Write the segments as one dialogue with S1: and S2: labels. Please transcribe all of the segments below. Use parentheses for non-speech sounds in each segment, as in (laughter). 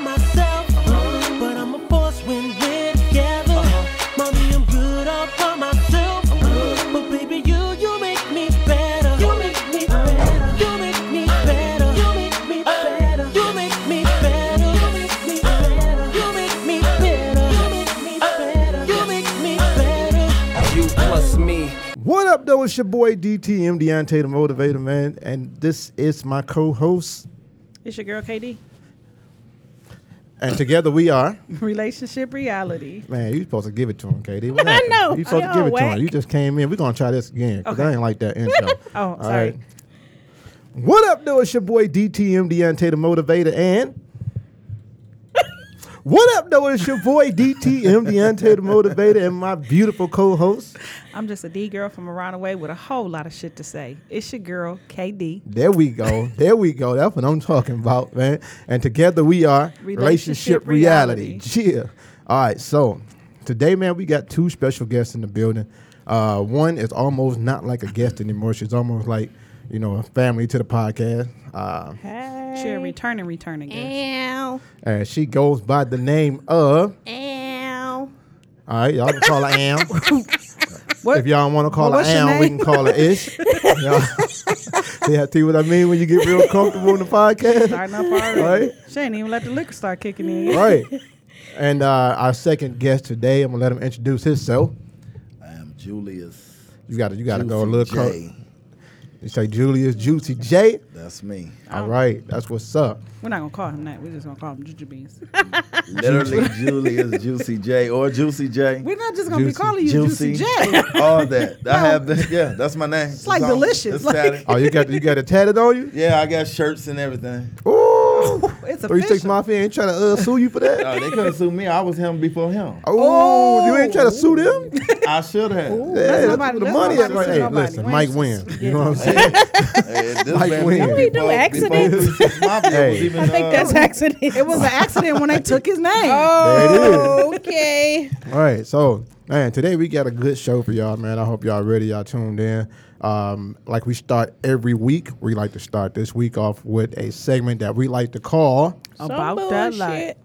S1: myself, but I'm a force when we're together. Mommy, I'm good all by myself, but baby, you you make me better. You make me better. You make me better. You make me better. You make me better. You make me better. You make me better. You make me better. You make me better.
S2: You plus me.
S3: What up, though? It's your boy DTM Deontay the Motivator Man, and this is my co-host,
S4: It's your girl KD.
S3: and together we are.
S4: (laughs) Relationship reality.
S3: Man, you supposed to give it to him, KD. What
S4: (laughs) I
S3: happened?
S4: know.
S3: You supposed
S4: I
S3: to give it to
S4: know,
S3: him. You
S4: whack.
S3: just came in. We're gonna try this again because I
S4: Okay.
S3: ain't like
S4: (laughs)
S3: that intro.
S4: Oh,
S3: All
S4: sorry.
S3: right. What up, though? It's your boy DTM Deontay the Motivator,
S4: (laughs)
S3: and what up, though? It's your boy DTM Deontay the Motivator, and my beautiful co-host.
S4: I'm just a D girl from around the way with a whole lot of shit to say. It's your girl KD.
S3: There we go. There we go. That's what I'm talking about, man. And together we are
S4: Relationship
S3: Yeah. All right. So today, man, we got two special guests in the building. Uh, one is almost not like a guest anymore. She's almost like, you know, a family to the podcast. Uh,
S4: She a returning, returning guest.
S5: Ow,
S3: and she goes by the name of.
S5: ow.
S3: All right, y'all can call her Am.
S4: What?
S3: If y'all want to call
S4: Well, what's
S3: her
S4: your
S3: Am, we
S4: name?
S3: can call her
S4: (laughs)
S3: Ish. (laughs) Y'all- yeah, see what I mean when you get real comfortable on the podcast.
S4: Starting up already.
S3: Right.
S4: She ain't even let the liquor start kicking in.
S3: right. And uh, our second guest today, I'm gonna let him introduce himself.
S6: I am Um, Julius.
S3: You gotta, you gotta go a
S6: Juicy
S3: little. clo-
S6: J.
S3: You say Julius Juicy J.
S6: That's
S3: (laughs)
S6: me.
S3: All right, that's what's up.
S4: We're not gonna call him that. We're just gonna call him Juju Beans.
S6: Literally Julius Juicy J or Juicy J.
S4: We're not just gonna
S3: Juicy-
S4: be calling you Juicy,
S3: (laughs)
S4: J.
S6: (laughs) All that. I have that. Yeah, that's my name. It's
S4: like
S6: on.
S4: delicious,
S6: It's
S4: like-
S6: tatted.
S3: Oh, you got, you got it tatted on you.
S6: Yeah, I got shirts and everything.
S3: Ooh,
S4: It's
S3: three six
S4: Oh, official.
S3: mafia ain't trying to uh, sue you for that.
S6: (laughs) No, they couldn't sue me. I was him before him.
S3: Oh, you ain't trying to sue them.
S6: I should have.
S3: Yeah, that's where
S4: nobody-
S3: the
S4: that's
S3: money is
S4: nobody
S3: right
S4: sue
S3: Hey,
S4: nobody.
S3: listen,
S4: Wayne
S3: Mike
S4: just-
S3: wins. You know what I'm saying?
S6: Hey, this
S3: Like
S6: man
S3: when?
S6: before-
S3: We
S4: do
S6: before-
S4: accidents.
S6: before
S3: (laughs)
S6: 36 Mafia was
S3: Hey.
S6: even, uh,
S4: accident. It was an accident when they took his name.
S3: There it
S5: Okay.
S3: All right, so man, today we got a good show for y'all, man. I hope y'all ready. Y'all tuned in. Um, like we start every week, we like to start this week off with a segment that we like to call.
S4: About that life.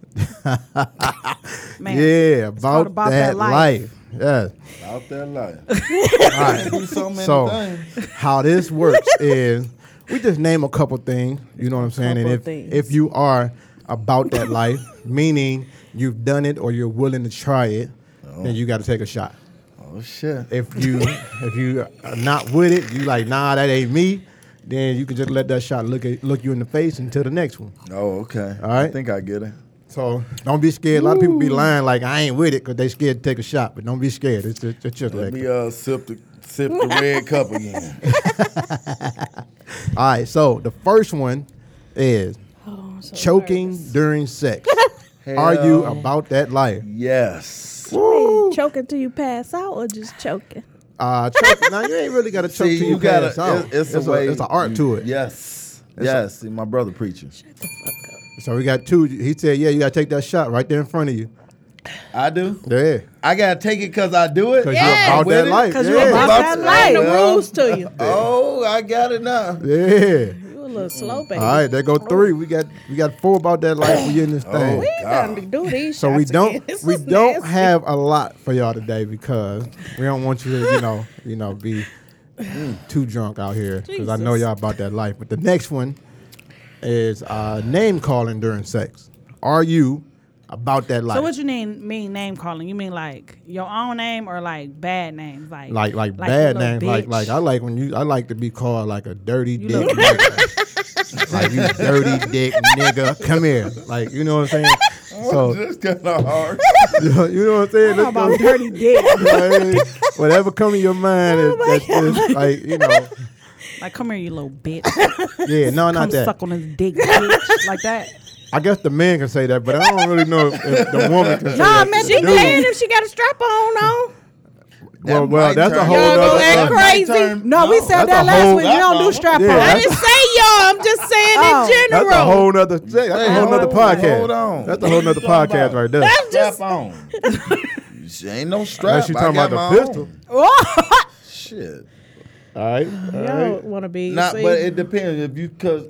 S3: (laughs)
S4: Man.
S3: yeah, about,
S4: called About
S3: that,
S4: That
S3: life.
S4: Life.
S3: Yeah.
S6: out
S4: (laughs)
S6: there life.
S3: All right.
S6: So many things. (laughs)
S3: how this works is we just name a couple things. You know what I'm saying? And if if you are about that life, meaning you've done it or you're willing to try it, then you got to take a shot.
S6: Oh shit.
S3: if you if you are not with it, you like nah, that ain't me. Then you can just let that shot look at, look you in the face until the next one.
S6: Oh, okay.
S3: All right.
S6: I think I get it.
S3: So don't be scared. A lot of people be lying like I ain't with it because they scared to take a shot. But don't be scared. It's just, it's just
S6: Let
S3: like
S6: me uh sip the sip the red cup again.
S3: all right. So the first one is choking during sex. Are you
S6: Hell.
S3: about that life?
S6: Yes.
S3: Woo!
S7: choking till you pass out or just choking?
S3: Uh, choke, now you ain't really got to choke
S6: See,
S3: till
S6: you,
S3: you
S6: gotta.
S3: pass out.
S6: It's, it's a, way.
S3: it's an art
S6: you-
S3: to it.
S6: Yes. yes. See, my brother preacher.
S3: So we got two. He said, "Yeah, you got to take that shot right there in front of you."
S6: I do.
S3: Yeah.
S6: I gotta take it cause I do it.
S3: Cause you're about
S6: With
S3: that
S6: it?
S3: life.
S4: 'Cause
S3: yeah.
S4: you about that life.
S7: The
S6: Well,
S7: rules to you.
S6: (laughs) Oh, I got it now. (laughs)
S4: (laughs)
S3: Yeah.
S7: You a little slow, baby.
S3: All right, there go three. We got we got four about that life. We in this thing.
S7: We ain't gotta do these
S3: so we
S7: shots
S3: don't
S7: again. (laughs) This
S3: we
S7: is
S3: don't
S7: nasty.
S3: have a lot for y'all today because we don't want you to you know you know be too drunk out here because I know y'all about that life. But the next one is uh, name calling during sex. Are you about that life?
S4: So what you mean mean name calling? You mean like your own name or like bad names? Like
S3: like like
S4: you
S3: bad
S4: little
S3: names. Like
S4: bitch?
S3: like
S4: (laughs)
S3: I like when you I like to be called like a dirty dick.
S4: little
S3: nigga. (laughs) like you dirty dick nigga, come here. Like you know what I'm saying. So
S6: That's kind of
S3: (laughs)
S6: hard.
S3: you know what I'm saying. Let's
S4: Oh,
S3: (laughs)
S4: about dirty dick.
S3: go- like, whatever come to your mind is that's just like you know.
S4: Like, come here, you little bitch.
S3: Yeah, no,
S4: Come
S3: (laughs) not that.
S4: suck on his dick,
S3: (laughs)
S4: bitch. like that.
S3: I guess the man can say that, but I don't really know if, if the woman can say
S7: Nah,
S3: that.
S7: man, she
S3: Dude,
S7: can if she got a strap on. On
S3: Well, well,
S6: might
S3: Oh, that's a
S6: turn-
S3: whole
S7: Y'all gonna
S3: nother.
S7: act
S3: subject.
S7: crazy.
S4: No, we said
S3: that's a
S4: that last
S3: whole-
S4: week. We don't do
S6: that's a-
S4: strap
S3: yeah,
S4: on.
S3: that's-
S7: I didn't say y'all. I'm just saying
S4: Oh.
S7: in
S3: That's
S7: general.
S3: a whole nother. That's a whole nother
S6: Hold on,
S3: podcast.
S6: hold on.
S3: That's a whole nother
S6: What you talking
S3: podcast
S4: (laughs)
S6: about?
S3: right there.
S6: Strap on. She ain't no strap.
S3: Unless you're
S6: I
S3: talking
S6: got
S3: about the
S6: my
S3: pistol.
S6: own.
S7: Oh,
S6: Shit.
S3: All right.
S7: y'all want to be.
S6: Not,
S7: see?
S6: but it depends if you because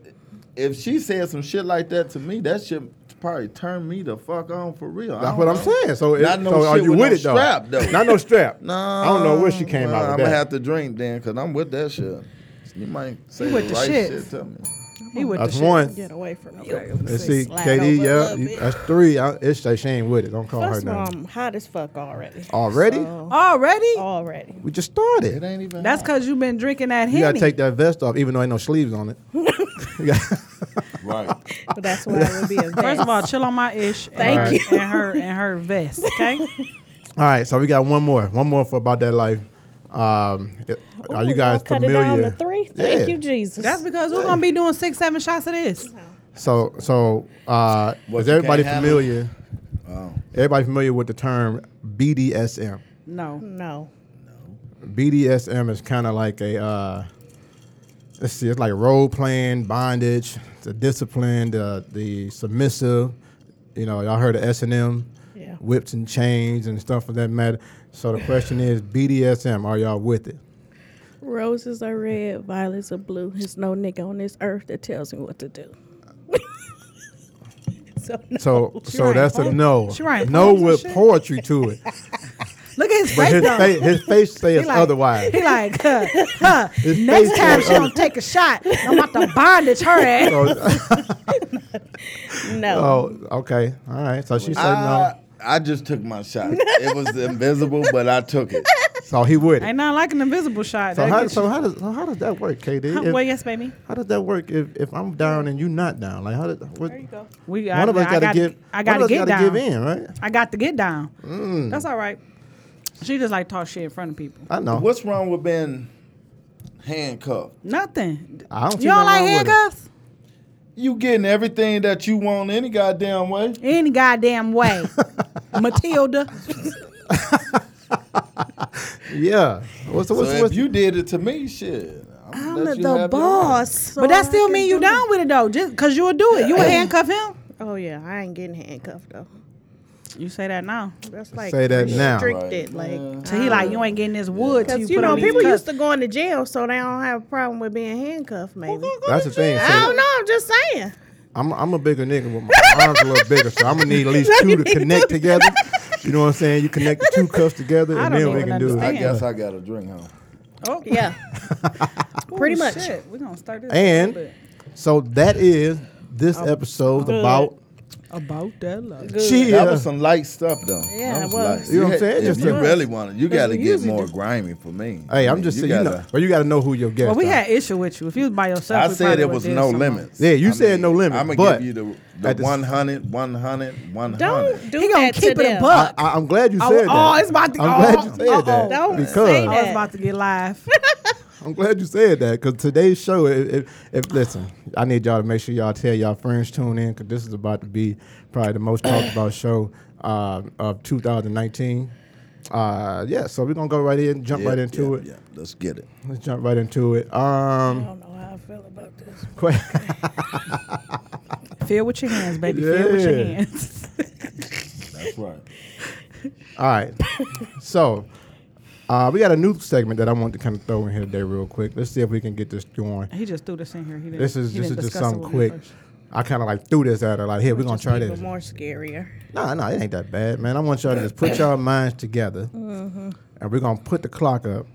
S6: if she said some shit like that to me, that shit probably turned me the fuck on for real. I
S3: That's
S6: don't
S3: what I'm
S6: know.
S3: saying. So, it,
S6: Not no
S3: so are
S6: shit
S3: you
S6: with
S3: with
S6: no
S3: it though?
S6: strap, though.
S3: Not no strap.
S6: (laughs) No,
S3: I don't know where she came out
S6: I'm
S3: with
S6: gonna
S3: that.
S6: have to drink then, cause I'm with that shit. You might say
S4: with
S6: the
S4: the
S6: right
S4: shit.
S6: shit to me.
S4: He with
S3: That's
S4: the
S3: one.
S7: Get away from me.
S4: Shit.
S3: Let's see,
S7: Slide
S3: KD.
S7: over a
S3: Yeah,
S7: little
S3: you-
S7: bit.
S3: that's three. I, it's like she ain't with it. Don't call
S7: First
S3: her
S7: of all,
S3: name.
S7: I'm hot as fuck already.
S3: (laughs) Already?
S7: So,
S4: Already?
S7: already.
S3: We just started.
S6: It ain't even.
S4: That's because you've been drinking that
S3: You gotta
S4: Henny.
S3: take that vest off, even though ain't no sleeves on it. You got-
S6: (laughs) right.
S7: But that's why I would be a
S4: First of
S7: vet.
S4: all, chill on my ish.
S7: Thank
S4: and,
S7: you.
S4: And her and her vest.
S7: (laughs)
S4: Okay.
S3: All right, so we got one more, one more for about that life. Um, it- are
S7: Ooh,
S3: you guys
S7: I'll Cut it down to
S3: familiar?
S7: three. Thank
S3: Yeah.
S7: you, Jesus.
S4: That's because we're gonna be doing six, seven shots of this.
S3: So, so uh,
S6: What
S3: is
S6: you
S3: everybody
S6: can't Oh. handle?
S3: familiar? Everybody familiar with the term BDSM?
S4: No.
S7: no.
S3: BDSM is kind of like a uh, let's see, it's like role playing, bondage, the discipline, the the submissive. You know, y'all heard of S and M,
S7: Yeah.
S3: whips and chains and stuff of that matter. So the question is, BDSM, are y'all with it?
S7: Roses are red, violets are blue. There's no nigga on this earth that tells me what to do. so no.
S3: So, so
S4: writing
S3: that's a
S4: poem-
S3: no.
S4: she writing
S3: No
S4: poems and
S3: with
S4: shit?
S3: poetry to it,
S4: Look at his
S3: but
S4: face
S3: his,
S4: though.
S3: fa- his face says
S4: like- (laughs)
S3: otherwise.
S4: He like, huh,
S3: (laughs)
S4: huh.
S3: His
S4: Next
S3: face
S4: time
S3: says
S4: she
S3: other-
S4: don't take a shot, I'm about to bondage her ass.
S3: So,
S7: no.
S3: oh, okay, all right. So she said
S6: I,
S3: no.
S6: I just took my shot. It was invisible, but I took it.
S3: So he would.
S4: Ain't nothing like an invisible shot.
S3: So
S4: That
S3: how,
S4: gets
S3: so
S4: you-
S3: how does so how does that work, KD?
S4: Huh,
S3: If-
S4: well, yes, baby.
S3: How does that work if, if I'm down and you not down? Like how did what,
S7: There you go.
S4: We,
S3: one
S4: I,
S3: of us
S4: I
S3: gotta,
S4: gotta-
S3: give
S4: I gotta
S3: one of us
S4: get
S3: gotta
S4: down.
S3: give in, Mm. right?
S4: I got to get down. That's all right. She just like talk shit in front of people.
S3: I know.
S6: What's wrong with being handcuffed?
S4: Nothing.
S3: I don't see
S4: you
S3: nothing
S4: don't like
S3: wrong with it.
S4: handcuffs?
S6: You getting everything that you want any goddamn way.
S4: Any goddamn
S7: (laughs)
S4: way. Matilda.
S3: Yeah. What's what's,
S6: so
S3: what's
S6: if you did it to me, shit. I'm,
S7: I'm
S6: gonna let you have
S7: the
S6: it.
S7: boss. so
S4: but that
S7: I
S4: still
S7: can
S4: mean you
S7: do-
S4: down with it though. Just cause you would do it. You would handcuff him.
S7: Oh yeah, I ain't getting handcuffed though.
S4: You say that now.
S7: That's like
S3: Say that now. uh,
S7: restricted.
S6: Right.
S7: Like
S4: So he like, uh, you ain't getting this wood till you,
S7: because you
S4: put
S7: know
S4: on
S7: people
S4: these
S7: used
S4: cuffs.
S7: to going to jail, so they don't have a problem with being handcuffed. Maybe
S3: that's the thing.
S7: I don't
S3: So
S7: know. I'm just saying.
S3: I'm I'm a bigger nigga with my arms a little bigger, so I'm gonna need at
S4: (laughs)
S3: least two to connect together. You know what I'm saying? You connect the two cuffs together,
S4: I
S3: and
S4: don't
S3: then we
S4: even
S3: can do
S6: I
S4: understand.
S3: it.
S6: guess I got a drink, huh?
S4: Oh,
S7: Yeah, pretty
S4: Ooh,
S7: much.
S4: Oh, shit. We're gonna start this a little
S3: And
S4: bit.
S3: so that is this episode's about.
S4: about that love.
S3: She
S6: That
S3: is.
S6: was some light stuff, though.
S7: Yeah,
S6: That
S7: it was.
S6: light.
S3: You know what I'm saying?
S6: If
S3: Just
S6: you
S3: a-
S6: really want it, you got to
S7: we
S6: get
S7: usually
S6: more
S7: do.
S6: grimy for me.
S3: Hey,
S6: I
S3: I'm
S6: mean,
S3: just saying. You know,
S6: gotta-
S3: but you gotta know who your guest.
S4: Well, we
S3: are.
S4: had issue with you. If you was by yourself,
S6: I
S4: we
S6: said
S4: probably
S6: there
S4: would've
S6: was
S4: did
S6: no
S4: something.
S6: limits.
S3: Yeah, you said no limit,
S6: I'm
S3: but
S6: gonna give you the,
S3: at the
S6: the
S3: s-
S6: 100, 100, 100.
S7: Don't do
S4: He gonna
S7: that
S4: keep
S7: to
S4: it a
S7: them.
S4: buck.
S3: I, I, I'm glad you
S4: Oh,
S3: said that.
S4: oh, it's about to-
S3: I'm glad you
S4: oh,
S3: said
S4: uh-oh.
S3: that
S7: Don't
S3: because
S7: say
S4: I was
S7: that.
S4: about to get live.
S3: I'm glad you said that because today's show, if, if, if listen, I need y'all to make sure y'all tell y'all friends tune in because this is about to be probably the most talked about show uh, of 2019. Uh, yeah, so we're gonna go right in, jump
S6: Yeah,
S3: right into
S6: yeah,
S3: it.
S6: Yeah, let's get it.
S3: Let's jump right into it. Um, (laughs)
S7: don't know how I feel about this.
S3: que-
S4: (laughs) Feel with your hands, baby. Feel with your
S3: Yeah.
S4: (laughs) hands.
S6: That's right.
S3: (laughs) all right, so uh, we got a new segment that I want to kind of throw in here today, real quick. Let's see if we can get this going.
S4: he just threw this in here. He didn't,
S3: This is
S4: he
S3: this is
S4: didn't
S3: just
S4: discuss it
S3: something
S4: with me
S3: quick.
S4: first.
S3: I kind of like threw this at her, like, here, we're gonna try this.
S7: Even more scarier.
S3: Nah, nah, it ain't that bad, man. I want y'all to just
S4: Mm-hmm.
S3: put y'all minds together, and we're gonna put the clock up,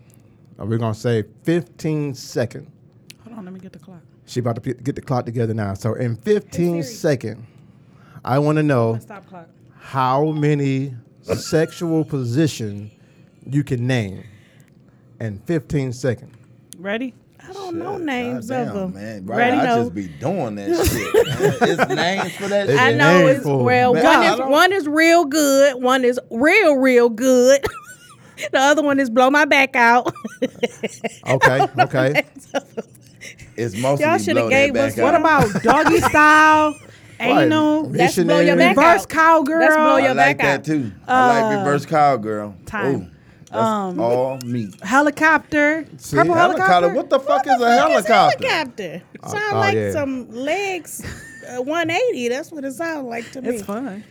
S3: and we're gonna say 15 seconds.
S4: Hold on, let me get the clock.
S3: She about to p- get the clock together now. So in 15 seconds, I want to know
S4: Stop clock.
S3: how many sexual position you can name in 15 seconds.
S4: Ready?
S7: I don't know names
S6: God
S7: of
S6: damn,
S7: them.
S6: man. Right,
S7: Ready?
S6: I
S7: No.
S6: just be doing that shit. man.
S7: (laughs)
S6: It's names for that
S3: It's
S7: I
S3: name
S6: shit.
S7: know it's
S3: for 'em.
S7: well.
S6: Man,
S7: One
S6: I
S7: is
S6: don't-
S7: one is real good. One is real real good. (laughs) the other one is blow my back (laughs) out.
S3: Okay,
S4: (laughs)
S3: okay.
S6: It's mostly
S7: Y'all shoulda
S6: blow that
S7: gave us-
S6: back
S4: What
S6: out.
S4: about doggy style,
S3: Right.
S4: anal,
S3: That's
S7: That's blow your
S3: Missionary.
S7: back
S4: reverse
S7: out.
S4: cowgirl?
S7: That's blow
S6: I
S7: your
S6: like
S7: back
S6: that
S7: out. Uh,
S6: too. I like reverse cowgirl.
S4: time.
S6: Ooh, that's
S7: Um,
S6: all me.
S4: helicopter,
S3: See,
S4: purple helicopter.
S6: Helicopter. What the fuck is a
S7: It's a
S6: helicopter?
S7: helicopter. Sound
S3: oh,
S7: like
S3: yeah.
S7: some legs, uh, one eighty. That's what it sounds like to me.
S4: It's fun.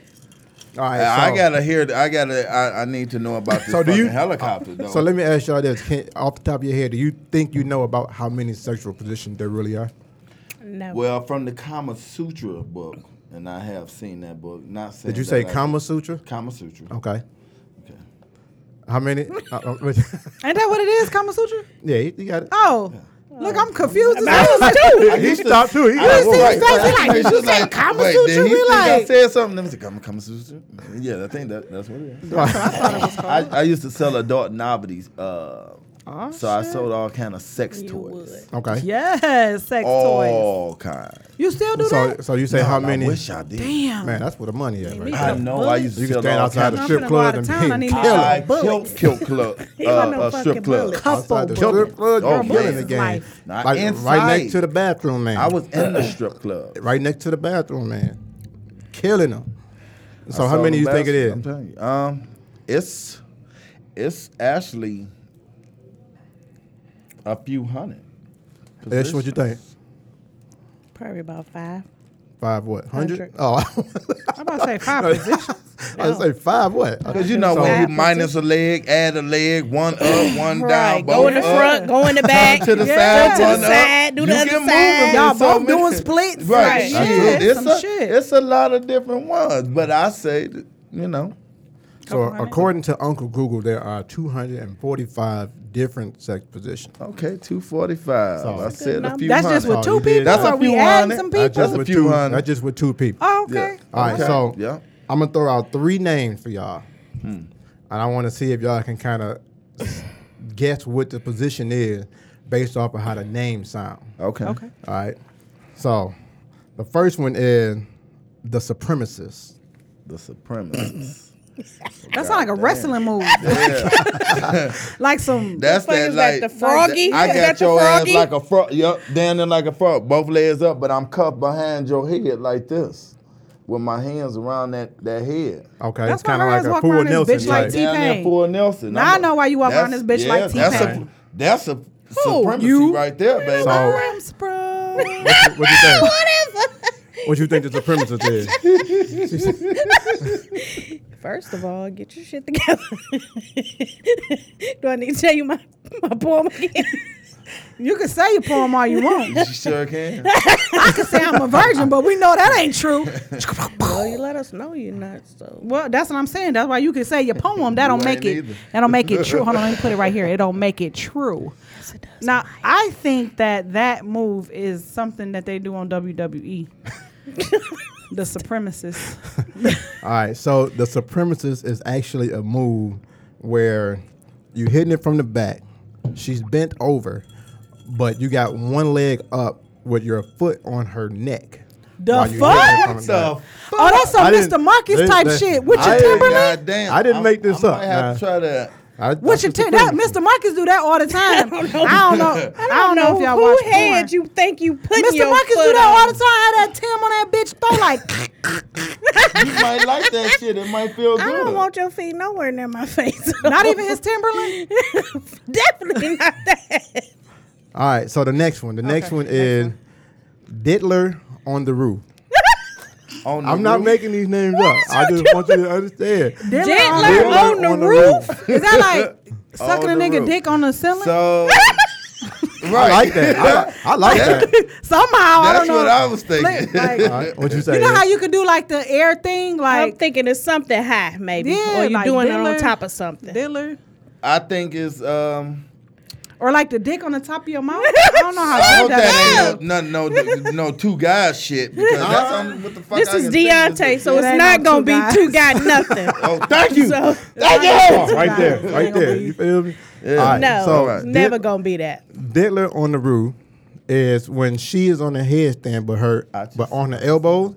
S3: All right,
S6: I,
S3: so-
S6: I gotta hear. th- I gotta. I, I need to know about
S3: (laughs)
S6: this
S3: So do you-
S6: fucking helicopter. Though.
S3: So let me ask y'all this: Can, off the top of your head, do you think you know about how many sexual positions there really are?
S7: No.
S6: Well, from the Kama Sutra book, and I have seen that book. Not saying
S3: Did you
S6: that
S3: say
S6: I-
S3: Kama Oh. Sutra?
S6: Kama Sutra.
S3: Okay.
S6: Okay.
S3: How
S6: (laughs)
S3: many? Uh, uh, which-
S4: Ain't that what it is, Kama Sutra?
S3: (laughs) yeah, you you got it.
S4: Oh, look, I'm confused. as hell.
S6: I
S3: He
S6: used to-
S3: stopped too. He
S6: I
S3: got
S6: was
S3: it.
S6: right.
S7: face, he like,
S6: It's
S7: "You
S6: just
S7: said Kama
S6: wait, did
S7: Sutra?"
S6: he
S7: We
S6: think I
S7: like-
S6: said something. Let me say Kama Kama Sutra. Yeah, I think that that's what it is. I, I used to sell adult novelties. Uh,
S4: Oh,
S6: so I sold all kind of sex
S7: You
S6: toys.
S7: would.
S3: (laughs) Okay.
S4: Yes, sex
S6: Oh.
S4: toys.
S6: All kinds.
S4: You still do
S3: So,
S4: that?
S3: so you say how
S6: Man,
S3: many?
S6: I wish I did.
S4: Damn.
S3: Man, that's where the money is. Right?
S7: me
S6: I
S3: there.
S6: know. I used to
S3: You can
S6: sell
S3: stand
S6: all
S3: outside
S6: kinds
S3: the
S6: of
S3: strip
S4: I'm finna go
S3: club
S4: out
S3: and
S4: of town. I
S3: be
S4: need
S3: killing
S4: to-
S3: it.
S6: I killed, killed club,
S7: (laughs)
S6: uh,
S7: wasn't no
S6: uh, strip
S7: fucking
S6: club.
S7: bullet.
S3: Outside the
S4: Couple
S3: strip club,
S6: Oh,
S3: you're killing the
S6: yes.
S3: game.
S7: Life.
S6: Not
S3: Like
S6: inside.
S3: right next to the bathroom man.
S6: I was in the strip club.
S3: right next to the bathroom man, killing them. So
S6: I
S3: how
S6: saw
S3: many
S6: the
S3: you think it
S6: basket,
S3: is?
S6: I'm telling you. Um, it's it's actually a few hundred.
S3: That's what you think?
S7: Probably about five.
S3: Five what? Hundred?
S7: Hundred.
S3: Oh, (laughs)
S4: I'm about to say five positions.
S3: I was say five what?
S6: Because you know
S3: So-
S6: when you
S7: Five
S6: minus a leg, add a leg, one up, one down,
S7: Right. Go in the
S6: both up,
S7: front, go in the back.
S6: to the
S7: Yeah.
S6: side,
S7: Go to
S6: one
S7: the
S6: up.
S7: side, do the
S6: You
S7: other
S6: can move
S7: side.
S6: them.
S4: Y'all
S6: It's so
S4: both doing
S6: many-
S4: splits?
S6: right?
S4: Like,
S6: shit,
S4: shit,
S6: it's
S4: some
S6: a
S4: shit.
S6: it's a lot of different ones, but I say that, you know.
S3: So according to Uncle Google, there are 245 different sex positions.
S6: Okay, two forty five.
S3: So-
S6: I said a few.
S4: That's just
S6: hundred.
S4: with
S3: Oh, you
S4: two
S3: did
S4: people.
S3: that.
S6: That's
S4: Are
S6: a few
S4: we adding
S6: hundred.
S4: some
S3: That's
S4: people?
S3: just
S6: That's a
S3: with
S6: few
S3: two.
S6: hundred.
S3: That's just with two people.
S4: Oh,
S6: Yeah.
S4: okay.
S3: All right,
S6: Okay.
S3: so
S6: Yeah. Hmm.
S3: I'm gonna throw out three names for y'all, and I want to see if y'all can kind of (laughs) guess what the position is based off of how the name sound.
S6: Okay.
S4: Okay.
S3: All right, so the first one is the supremacist.
S6: The Supremacists.
S4: That sounds like a wrestling move. (laughs) like some.
S6: That's
S7: fuck
S6: that
S7: is that,
S6: like
S7: the froggy?
S6: I
S7: Is
S6: got
S7: that the
S6: your ass
S7: froggy?
S6: like a frog. Yup, down there like a frog. Both legs up, but I'm cuffed behind your head like this, with my hands around that that head.
S3: Okay,
S4: That's
S3: it's kind
S4: why
S3: of
S4: her
S3: like
S4: ass
S3: a
S4: walk
S3: poor
S4: around this
S3: Nelson
S4: bitch like
S3: type.
S4: T-
S6: Down there
S4: T-Pain.
S6: for Nelson.
S4: Now I
S6: I'm a-
S4: know why you walk around
S6: that's-
S4: this bitch like
S6: yeah,
S4: T-Pain.
S6: That's a that's a supremacy
S4: You?
S6: right there, baby.
S3: So-
S4: I'm surprised.
S3: what, what you think?
S7: Whatever.
S3: What you think the supremacist
S4: (laughs)
S3: is?
S7: First of all, get your shit together. (laughs) do I need to tell you my, my poem again?
S4: You can say your poem all you want.
S6: (laughs) she sure can.
S4: I can say I'm a virgin, but we know that ain't true.
S7: well, you let us know you're not, so.
S4: Well, that's what I'm saying. That's why you can say your poem. That don't
S6: You
S4: make
S6: ain't
S4: it.
S6: either.
S4: That don't make it true. Hold on, let me put it right here. It don't make it true. Now, I think that that move is something that they do on WWE. the supremacists.
S3: All right, so the supremacist is actually a move where you hitting it from the back. She's bent over, but you got one leg up with your foot on her neck.
S4: The
S3: while you hitting it
S4: fuck?
S3: from the back.
S6: So
S4: Oh, that's some
S3: I didn't-
S4: Mr. Marcus
S3: they-
S4: type
S3: they-
S4: shit. With
S3: I
S4: your
S3: ain't
S4: Timberland?
S6: goddamn,
S3: I didn't
S6: I'm-
S3: make this
S6: I
S3: up,
S6: might have
S3: nah.
S6: to try that.
S3: I-
S4: What's your
S3: that's the
S4: tip? That
S3: supremacist.
S4: Mr. Marcus do that all the time. I don't know. I don't know, if y'all
S7: who
S4: watch
S7: had
S4: porn.
S7: you think you putting
S4: Mr.
S7: your
S4: Marcus
S7: foot
S4: do that
S7: on?
S4: all the time. How that Tim on that bitch throw like
S6: You might
S4: (laughs)
S6: like that shit. It might feel good.
S7: I don't want (laughs) your feet nowhere near my face. (laughs)
S4: not even his Timberland.
S7: Definitely not that.
S3: All right, so the next one. The next one is Diddler on the Roof.
S6: On the
S3: I'm not
S6: roof.
S3: making these names up. I just want you to
S4: (laughs)
S3: understand.
S7: Diddler on, the roof.
S4: Is that like sucking a
S6: On the
S4: nigga
S6: roof.
S4: dick on the ceiling?
S6: (laughs)
S4: (laughs)
S6: So
S3: I
S6: right.
S3: like that. I, li- I like that.
S4: Somehow, (laughs) I
S6: That's
S4: don't know.
S6: what I was thinking.
S4: Like,
S6: (laughs)
S4: like,
S3: All right, what you say?
S4: you know
S3: Ed?
S4: how you can do like the air thing,
S7: I'm
S4: like
S7: thinking it's something high, maybe,
S4: Yeah,
S7: or you're
S4: like
S7: doing it
S4: Diddler.
S7: on top of something.
S4: Diddler,
S6: I think it's um.
S4: or like the dick on the top of your mouth. I don't know how
S6: I
S4: to do
S6: hope that
S4: that.
S6: ain't no no no, no two guys shit because that's on, what the fuck.
S7: This
S6: I
S7: is
S6: can think of.
S7: Deontay, so
S4: It
S7: it's
S4: ain't
S7: not
S4: no two
S7: gonna be
S4: guys.
S7: two got (laughs) nothing.
S6: Oh, thank you.
S7: So
S3: (laughs)
S6: Thank
S3: Oh,
S6: you.
S3: right there, right there. You feel me?
S6: Yeah.
S3: All right,
S7: no,
S3: so
S7: it's never gonna be that.
S3: Diddler on the roof is when she is on the headstand, but her
S6: I just-
S3: but on the elbows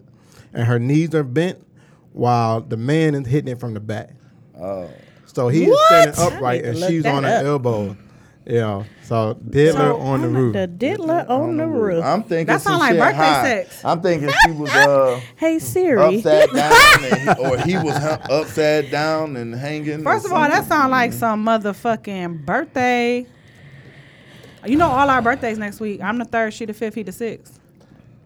S3: and her knees are bent, while the man is hitting it from the back.
S6: Oh.
S3: So he is
S7: What?
S3: standing
S7: I
S3: upright
S7: need to
S3: and
S7: look
S3: she's
S7: that
S3: on her
S7: up.
S3: elbow. Yeah. So Diddler
S7: So,
S3: on the
S7: I'm
S3: roof.
S7: The diddler on
S4: (laughs)
S7: the roof.
S6: I'm thinking
S4: That
S6: some
S4: sound like
S6: shit
S4: birthday
S6: high.
S4: sex.
S6: I'm thinking she was
S4: (laughs)
S6: uh,
S7: hey Siri.
S6: upside down, and he, or he was hu- upside down and hanging. or
S4: First of all, that sounds like some motherfucking birthday. You know, all our birthdays next week. I'm the third, she the fifth, he the sixth.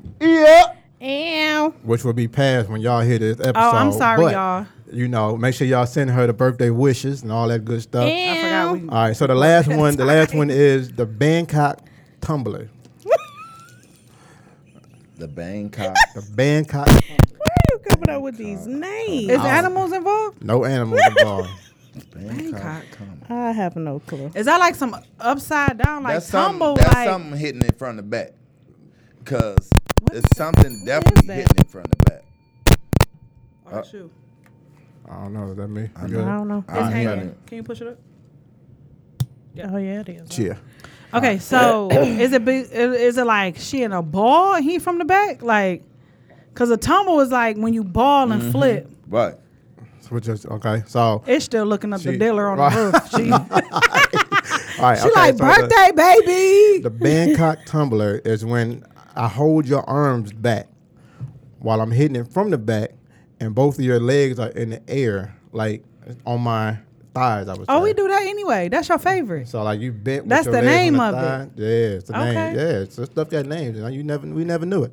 S6: something. yeah.
S7: Ow.
S3: which will be passed when y'all hear this episode.
S4: Oh, I'm sorry,
S3: but
S4: y'all.
S3: You know, make sure y'all send her the birthday wishes and all that good stuff.
S4: I forgot
S7: And
S4: we.
S3: All right, so the last one, the last one is the Bangkok Tumbler.
S6: The Bangkok.
S3: The Bangkok,
S7: where are you coming up with these names?
S4: Is animals involved?
S3: no animals
S4: (laughs)
S3: involved.
S6: Bangkok. Tumble.
S7: I have no clue.
S4: Is that like some upside down, like
S6: that's
S4: tumble,
S6: something, that's
S4: like
S6: something hitting it from the back. Cause it's something definitely
S4: that?
S6: hitting it from the back. Uh,
S4: Oh, shoot.
S3: I don't know. Is that me?
S6: know.
S7: I don't know.
S6: I ain't
S4: Hang
S6: got
S4: on.
S6: it.
S4: Can you push it up?
S7: Oh yeah, it is.
S3: Yeah.
S4: Okay,
S6: (coughs)
S4: so is it be, is it like she in a ball and he from the back? Like, cause a tumble is like when you ball
S6: Mm-hmm.
S4: and flip.
S6: Right.
S3: So we just okay. So all
S4: It's still looking up
S3: She-
S4: the dealer on
S3: right.
S4: the roof.
S3: (laughs)
S4: She, (laughs)
S3: right.
S4: she
S3: okay,
S4: like
S3: so the-
S4: birthday baby.
S3: The Bangkok tumbler is when I hold your arms back while I'm hitting it from the back, and both of your legs are in the air, like on my thighs. I was.
S4: oh, we do that anyway. That's your favorite.
S3: So like you bent. With
S4: That's
S3: your
S4: the
S3: legs on
S4: name
S3: the
S4: of it.
S3: thigh. Yeah, it's the
S4: Okay.
S3: name. Yeah, it's the stuff that name. You, know, you never, we never knew it.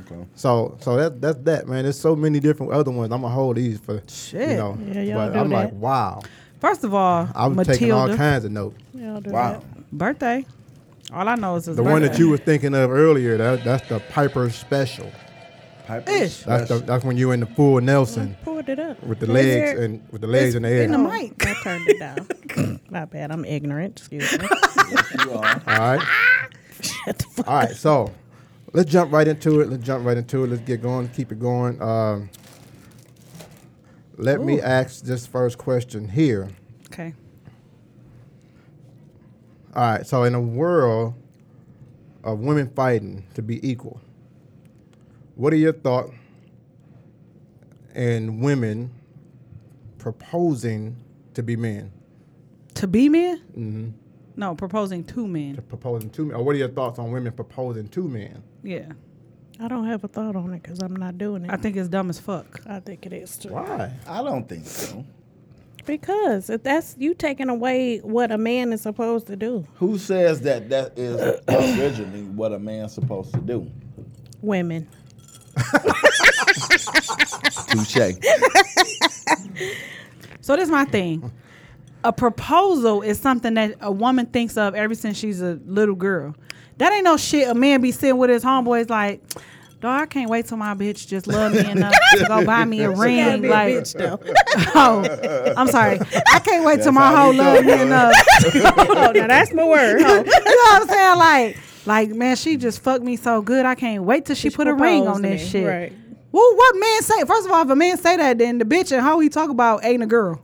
S6: Okay.
S3: So, so that that's that man. There's so many different other ones. I'm gonna hold these for
S4: Shit.
S3: You know,
S7: Yeah, y'all
S3: but
S7: do
S3: I'm like,
S7: that.
S3: wow.
S4: First of all,
S3: I was taking all
S4: Matilda
S3: kinds of notes.
S7: Y'all do
S6: Wow.
S4: birthday. All I know is his
S3: The one that you were thinking of earlier, that that's the Piper Special.
S6: Piper
S4: Ish.
S3: That's the, that's when you in the full Nelson
S7: that. Pulled it
S4: Mm.
S7: up
S3: with the
S7: Is
S3: legs
S7: there-
S3: and with the legs in the air.
S4: in the
S3: all
S4: mic.
S7: I turned
S4: (laughs)
S7: it down. My bad. I'm ignorant.
S3: (laughs)
S7: Excuse me.
S6: You are. (laughs)
S3: right,
S7: (laughs) Shut the fuck
S3: all right. So let's jump right into it. Let's jump right into it. Let's get going. Keep it going. Um, let me ask this first question here.
S4: Okay.
S3: All right. So in a world of women fighting to be equal, what are your thoughts and women proposing to be men?
S4: To be men? Mm-hmm. No, proposing to men.
S3: Proposing to men, or what are your thoughts on women proposing to men?
S4: Yeah.
S7: I don't have a thought on it because I'm not doing it.
S4: I think it's dumb as fuck.
S7: I think it is too.
S3: Why?
S6: I don't think so.
S7: Because if that's you taking away what a man is supposed to do,
S6: Who says that that is originally what a man's supposed to do?
S7: women.
S6: Touche.
S4: So this is my thing. A proposal is something that a woman thinks of ever since she's a little girl. That ain't no shit. A man be sitting with his homeboys like, dog, I can't wait till my bitch just love me enough to go buy me
S7: (laughs)
S4: a
S7: gotta
S4: ring.
S7: be a
S4: Like,
S3: (laughs)
S7: bitch, though.
S4: (laughs) oh, I'm sorry. I can't wait till my
S6: how
S4: hoe
S6: you
S4: love me
S6: feel,
S4: enough.
S7: oh, now that's my word.
S4: you know what I'm saying? Like, like man, she just fucked me so good. I can't wait till she,
S7: She
S4: put a ring
S7: proposed
S4: on
S7: to
S4: this
S7: me,
S4: shit.
S7: right.
S4: Well, what man say? First of all, if a man say that, then the bitch and hoe he talk about ain't a girl.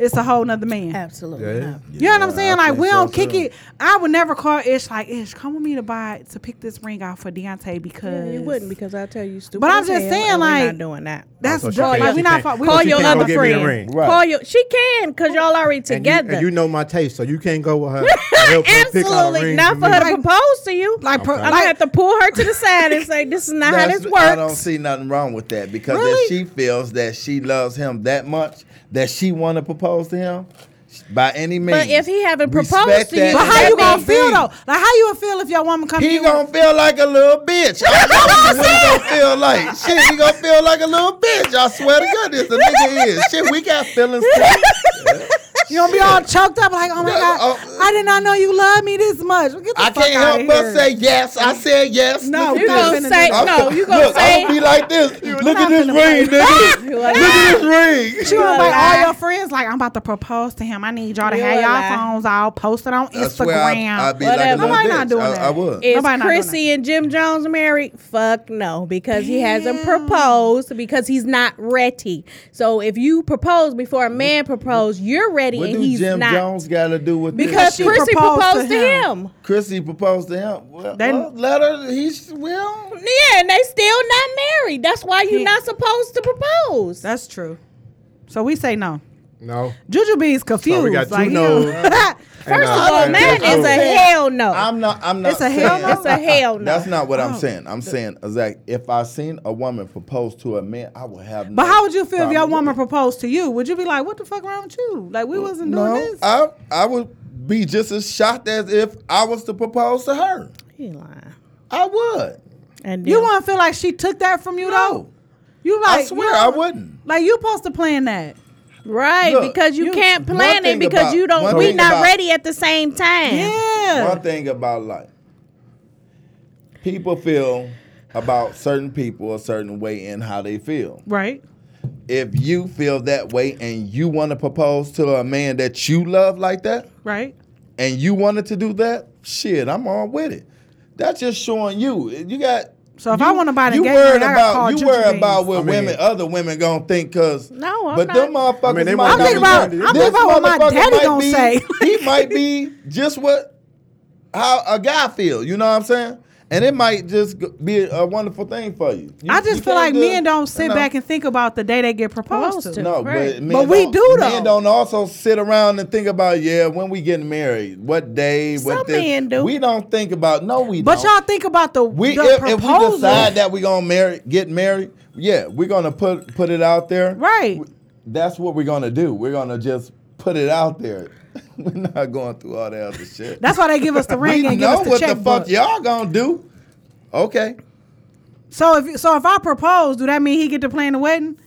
S4: It's a whole nother man.
S7: Absolutely.
S3: Yeah.
S7: not.
S4: You know what I'm saying?
S6: I
S4: Like
S6: think
S4: we
S6: so,
S4: don't kick
S6: too.
S4: it. I would never call Ish like Ish. Come with me to buy to pick this ring out for Deontay because
S7: Yeah, you wouldn't because I tell you stupid.
S4: But I'm
S7: as
S4: just
S7: hell,
S4: saying,
S7: and we're
S4: like,
S7: not doing that.
S4: That's
S3: Oh, so she
S4: dumb.
S3: can't-
S4: Like we
S3: she
S4: not.
S3: can't-
S4: Fuck, we
S3: Call
S4: don't
S3: your
S4: kick
S3: other
S4: it.
S3: give me the ring.
S6: Right.
S7: Call your. She can because y'all already
S3: And you-
S7: together.
S3: And you, know my taste, so you can't go with (laughs) her. and help her pick out a
S7: Absolutely
S3: ring
S7: not
S3: me.
S7: for her to
S4: Like-
S7: propose to you.
S4: Like, pro-
S3: Okay.
S7: I'm gonna
S4: like
S7: have to pull her to the side and say, "This is not how
S6: That's-
S7: this works."
S6: I don't
S7: (laughs)
S6: see nothing wrong with that because
S4: Really?
S6: if she feels that she loves him that much that she want to propose to him by any means.
S7: if he haven't
S6: respect
S7: proposed to you,
S6: that
S4: but
S6: and
S4: how
S6: let
S4: you
S6: that
S4: gonna
S6: be.
S4: feel though? Like how you gonna feel if your woman come? to
S6: He
S4: you
S6: gonna feel like a little bitch. I know what he gonna feel like. Shit, he gonna feel like a little bitch. I swear to goodness, the nigga is. Shit, we got feelings too.
S4: You gonna be all choked up like, oh my
S6: Yeah,
S4: god,
S6: uh,
S4: I did not know you love me this much. Get the
S6: I
S4: fuck
S6: can't help
S4: outta here.
S6: but say yes. I said yes.
S4: No,
S6: Look
S7: you
S6: at this.
S7: gonna say
S6: I'm-
S7: no. You gonna
S6: look,
S7: say
S6: I'm gonna be like this. Look at this
S4: (laughs)
S6: ring, nigga.
S7: You
S6: Look at this
S4: She
S6: ring.
S4: gonna invite
S7: Good
S4: all
S7: lie.
S4: your friends like I'm about to propose to him. I need y'all to
S7: You
S4: have
S7: a
S4: y'all
S7: lie.
S4: phones all posted on
S6: I swear
S4: Instagram.
S6: I, I'd be
S7: Whatever.
S6: like a
S4: Nobody
S6: little
S4: not
S6: bitch.
S4: doing
S6: I,
S4: that.
S6: I would.
S7: Is
S4: Nobody not doing
S7: Chrissy and Jim Jones married? Fuck no, because he hasn't proposed because he's not ready. So if you propose before a man proposes, you're ready
S6: what
S7: and
S6: do
S7: he's
S6: Jim
S7: not.
S6: Jones got to do with
S7: because
S6: this?
S7: Chrissy proposed, to him.
S6: Chrissy proposed to him. Well,
S4: They-
S6: well, let her. He sh- will.
S7: Yeah, and they still not married. That's why you're
S4: He-
S7: not supposed to propose.
S4: That's true. So we say no.
S3: No.
S4: Juju B's confused.
S3: So we got two (laughs)
S4: like,
S3: no's.
S4: you know.
S7: First of all,
S6: and uh,
S7: man
S6: that's
S7: is a
S6: okay.
S7: hell no.
S6: I'm not. I'm not.
S4: It's a hell
S6: saying-
S4: Oh, no.
S7: It's a hell no.
S6: That's not what I'm saying. I'm saying, Zach, if I seen a woman propose to a man, I would have.
S4: but
S6: no
S4: how would you feel if
S6: problem
S4: your
S6: with
S4: woman
S6: it.
S4: proposed to you? Would you be like, what the fuck wrong with you? Like we wasn't doing
S6: No,
S4: this.
S6: I I would be just as shocked as if I was to propose to her.
S7: He lying.
S6: I would.
S7: And
S4: you
S7: then-
S4: wouldn't feel like she took that from you
S6: No.
S4: though. You like
S6: I swear
S4: you know-
S6: I wouldn't.
S4: Like you supposed to plan that.
S7: Right,
S6: Look,
S7: because you,
S6: you-
S7: can't
S6: one
S7: plan it
S6: thing
S7: because
S6: about-
S7: you don't.
S6: one
S7: We
S6: thing
S7: not
S6: about-
S7: ready at the same time.
S4: Yeah.
S6: One thing about life, people feel about certain people a certain way in how they feel.
S4: Right.
S6: If you feel that way and you want to propose to a man that you love like that,
S4: Right.
S6: and you wanted to do that, shit, I'm all with it. That's just showing you. You got.
S4: So if
S6: you-
S4: I wanna buy an
S6: you
S4: engagement
S6: worried
S4: ring, I gotta call
S6: about you
S4: Juju
S6: worry
S4: Beans.
S6: about what
S3: I mean-
S6: women, other women gonna think, cause
S7: No, I'm
S6: but them
S7: not.
S6: motherfuckers.
S3: I mean, they
S6: might
S3: might
S6: not
S3: think
S6: be-
S3: about- I'm thinking
S6: this
S4: about what my
S6: motherfucker
S4: daddy
S6: might
S4: gonna
S6: be-
S4: say.
S6: (laughs) he might be just what how a guy feel. You know what I'm saying? And it might just g- be a wonderful thing for you. You-
S4: I
S6: you
S4: just feel
S6: can't
S4: like
S6: do-
S4: men don't
S6: you
S4: sit
S6: know.
S4: back and think about the day they get proposed
S7: Proposed
S4: to.
S7: to.
S6: No,
S7: Right.
S6: but men
S4: But we
S6: don't-
S4: do,
S6: Men
S4: though.
S6: don't also sit around and think about yeah, when we getting married, what day, what
S7: Some
S6: this.
S7: men do.
S6: We don't think about no, we
S4: But
S6: don't.
S4: y'all think about the,
S6: we
S4: the
S6: if, if
S4: proposal.
S6: we decide that we gonna marry, get married, yeah, we're gonna put put it out there.
S4: Right.
S6: That's what we're gonna do. We're gonna just put it out there. (laughs) we're not going through all that other shit.
S4: That's why they give us the ring
S6: (laughs) we
S4: and give
S6: know
S4: us the
S6: what the
S4: checkbook.
S6: fuck y'all gonna do. Okay.
S4: So if so if I propose, do that mean he get to plan the wedding?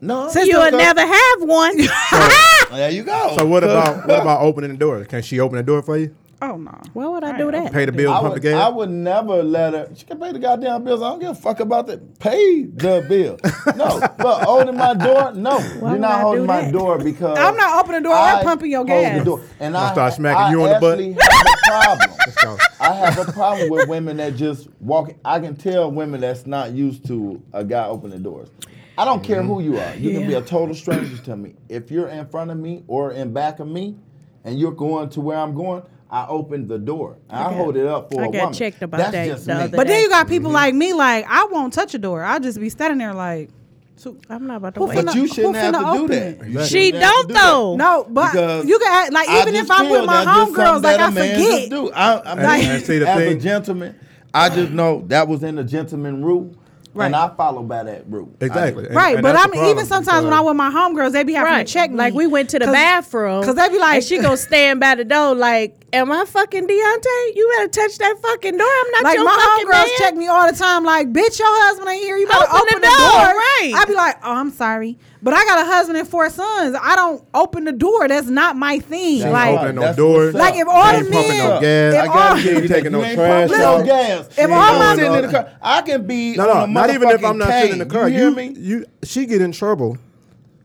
S6: No.
S4: Since
S7: You'll
S4: the-
S7: never
S4: (laughs)
S7: have one. (laughs)
S6: There you go.
S3: So what about what about opening the door? Can she open the door for you?
S4: Oh no.
S7: Why would I do that?
S3: Pay the bills,
S6: I
S3: pump the
S6: would, I
S3: gas.
S6: would never let her. She can pay the goddamn bills. I don't give a fuck about that. Pay the
S3: (laughs)
S6: bill. No, but holding my door, no. You're
S7: would I
S6: not holding
S7: do
S6: my
S7: that?
S6: door because
S4: I'm not opening the door or
S6: I
S4: pumping your
S6: hold
S4: gas.
S6: the door. And I
S3: start smacking
S6: I
S3: you in the butt.
S6: actually Have a problem.
S3: So,
S6: I have a problem with women that just walk. I can tell women that's not used to a guy opening doors. I don't care who you are. You can be a total stranger to me. If you're in front of me or in back of me, and you're going to where I'm going, I open the door. I, hold it up for
S7: I
S6: a
S7: got
S6: woman.
S7: checked about
S6: that's
S7: that
S6: Just
S7: the
S6: me.
S7: other
S4: But
S7: day.
S4: then you got people like me, like I won't touch a door. I'll just be standing there like so,
S7: I'm not about to
S4: Who
S7: wait.
S4: finna-
S6: But you shouldn't
S4: who
S6: have
S4: finna
S6: to do
S4: open
S6: that.
S4: it?
S6: You shouldn't
S7: She
S6: have to
S7: don't
S6: do that.
S7: though.
S4: No, but
S6: Because
S4: you can act like
S6: I
S4: even
S6: just
S4: if I'm with
S6: feel
S4: my
S6: that's just
S4: homegirls,
S6: something
S4: like
S6: that
S4: I
S6: a man just
S4: forget.
S6: do. I, I mean,
S4: Like-
S3: See the
S6: as a
S3: thing?
S6: gentleman, I just know that was in the gentleman rule,
S4: Right.
S6: and I follow by that rule. I
S3: exactly.
S6: do.
S3: And-
S4: Right,
S3: and
S4: but
S3: that's
S4: I
S3: the
S4: mean, even
S3: problem,
S4: sometimes when
S3: because-
S4: I'm with my homegirls, they be having
S7: Right.
S4: to check me.
S7: Like we went to the
S4: 'Cause-
S7: bathroom
S4: 'cause they be like-
S7: and she gonna stand by the door like, "Am I fucking Deontay? You better touch that fucking door. I'm not
S4: Like
S7: your
S4: my
S7: fucking man."
S4: homegirls
S7: (laughs)
S4: check me all the time. Like, bitch, your husband ain't here. You better
S7: Open
S4: open,
S7: the
S4: the,
S7: door,
S4: door.
S7: right.
S4: I be like, oh, I'm sorry, but I got a husband and four sons. I don't open the door. That's not my thing.
S6: That's
S4: like,
S6: right.
S3: opening no
S6: That's
S3: doors.
S6: what's up.
S4: Like, if all
S3: Ain't the pumping men- no gas.
S4: if
S6: I guarantee
S4: all-
S6: you
S3: You
S6: that
S3: taking no
S6: ain't
S3: trash
S6: pumping
S3: out.
S6: no gas.
S4: If all my-
S6: sitting in the car, I can be
S3: No, no,
S6: on a
S3: not even if I'm not
S6: motherfucking
S3: sitting in the
S6: cane.
S3: car.
S6: You, hear
S3: You,
S6: me?
S3: you, she get in trouble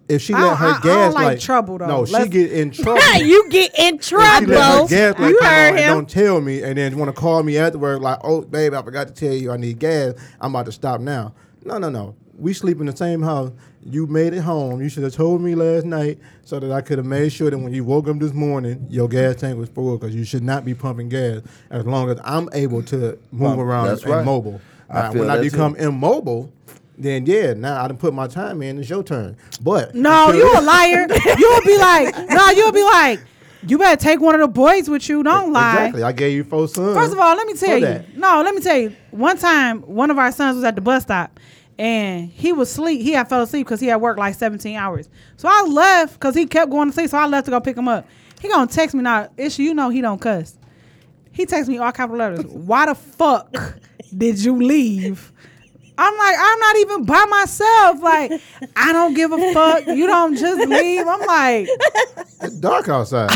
S3: if she
S4: I
S3: let
S4: don't-
S3: her
S4: I- I don't
S3: gas
S4: like trouble, though.
S3: No,
S4: Let's-
S3: she get (laughs) in trouble.
S7: Right, you get in
S3: If she let her
S7: trouble.
S3: gas light
S7: you
S3: come on
S7: heard
S3: and
S7: him.
S3: Don't tell me, and then want to call me afterward. Like, oh, babe, I forgot to tell you, I need gas. I'm about to stop now. No, no, no. We sleep in the same house. You made it home. You should have told me last night so that I could have made sure that when you woke up this morning, your gas tank was full because you should not be pumping gas as long as I'm able to move
S6: Pump.
S3: around
S6: That's
S3: and
S6: right.
S3: mobile.
S6: I
S3: Now,
S6: feel
S3: when I
S6: that too.
S3: become immobile, then yeah, now I done put my time in. It's your turn. But
S4: No,
S3: until-
S4: you a liar. You'll be like, no, you'll be like, you better take one of the boys with you. Don't lie.
S3: Exactly. I gave you four sons.
S4: First of all, let me tell
S3: for
S4: you.
S3: that.
S4: No, let me tell you. One time, one of our sons was at the bus stop, and he was sleep. He had fell asleep because he had worked like 17 hours. So I left because he kept going to sleep. So I left to go pick him up. He gonna text me now. Issue, you know he don't cuss. He texts me all capital letters. Why the fuck did you leave? I'm like, I'm not even by myself. Like, I don't give a fuck. You don't just leave. I'm like,
S3: It's dark outside.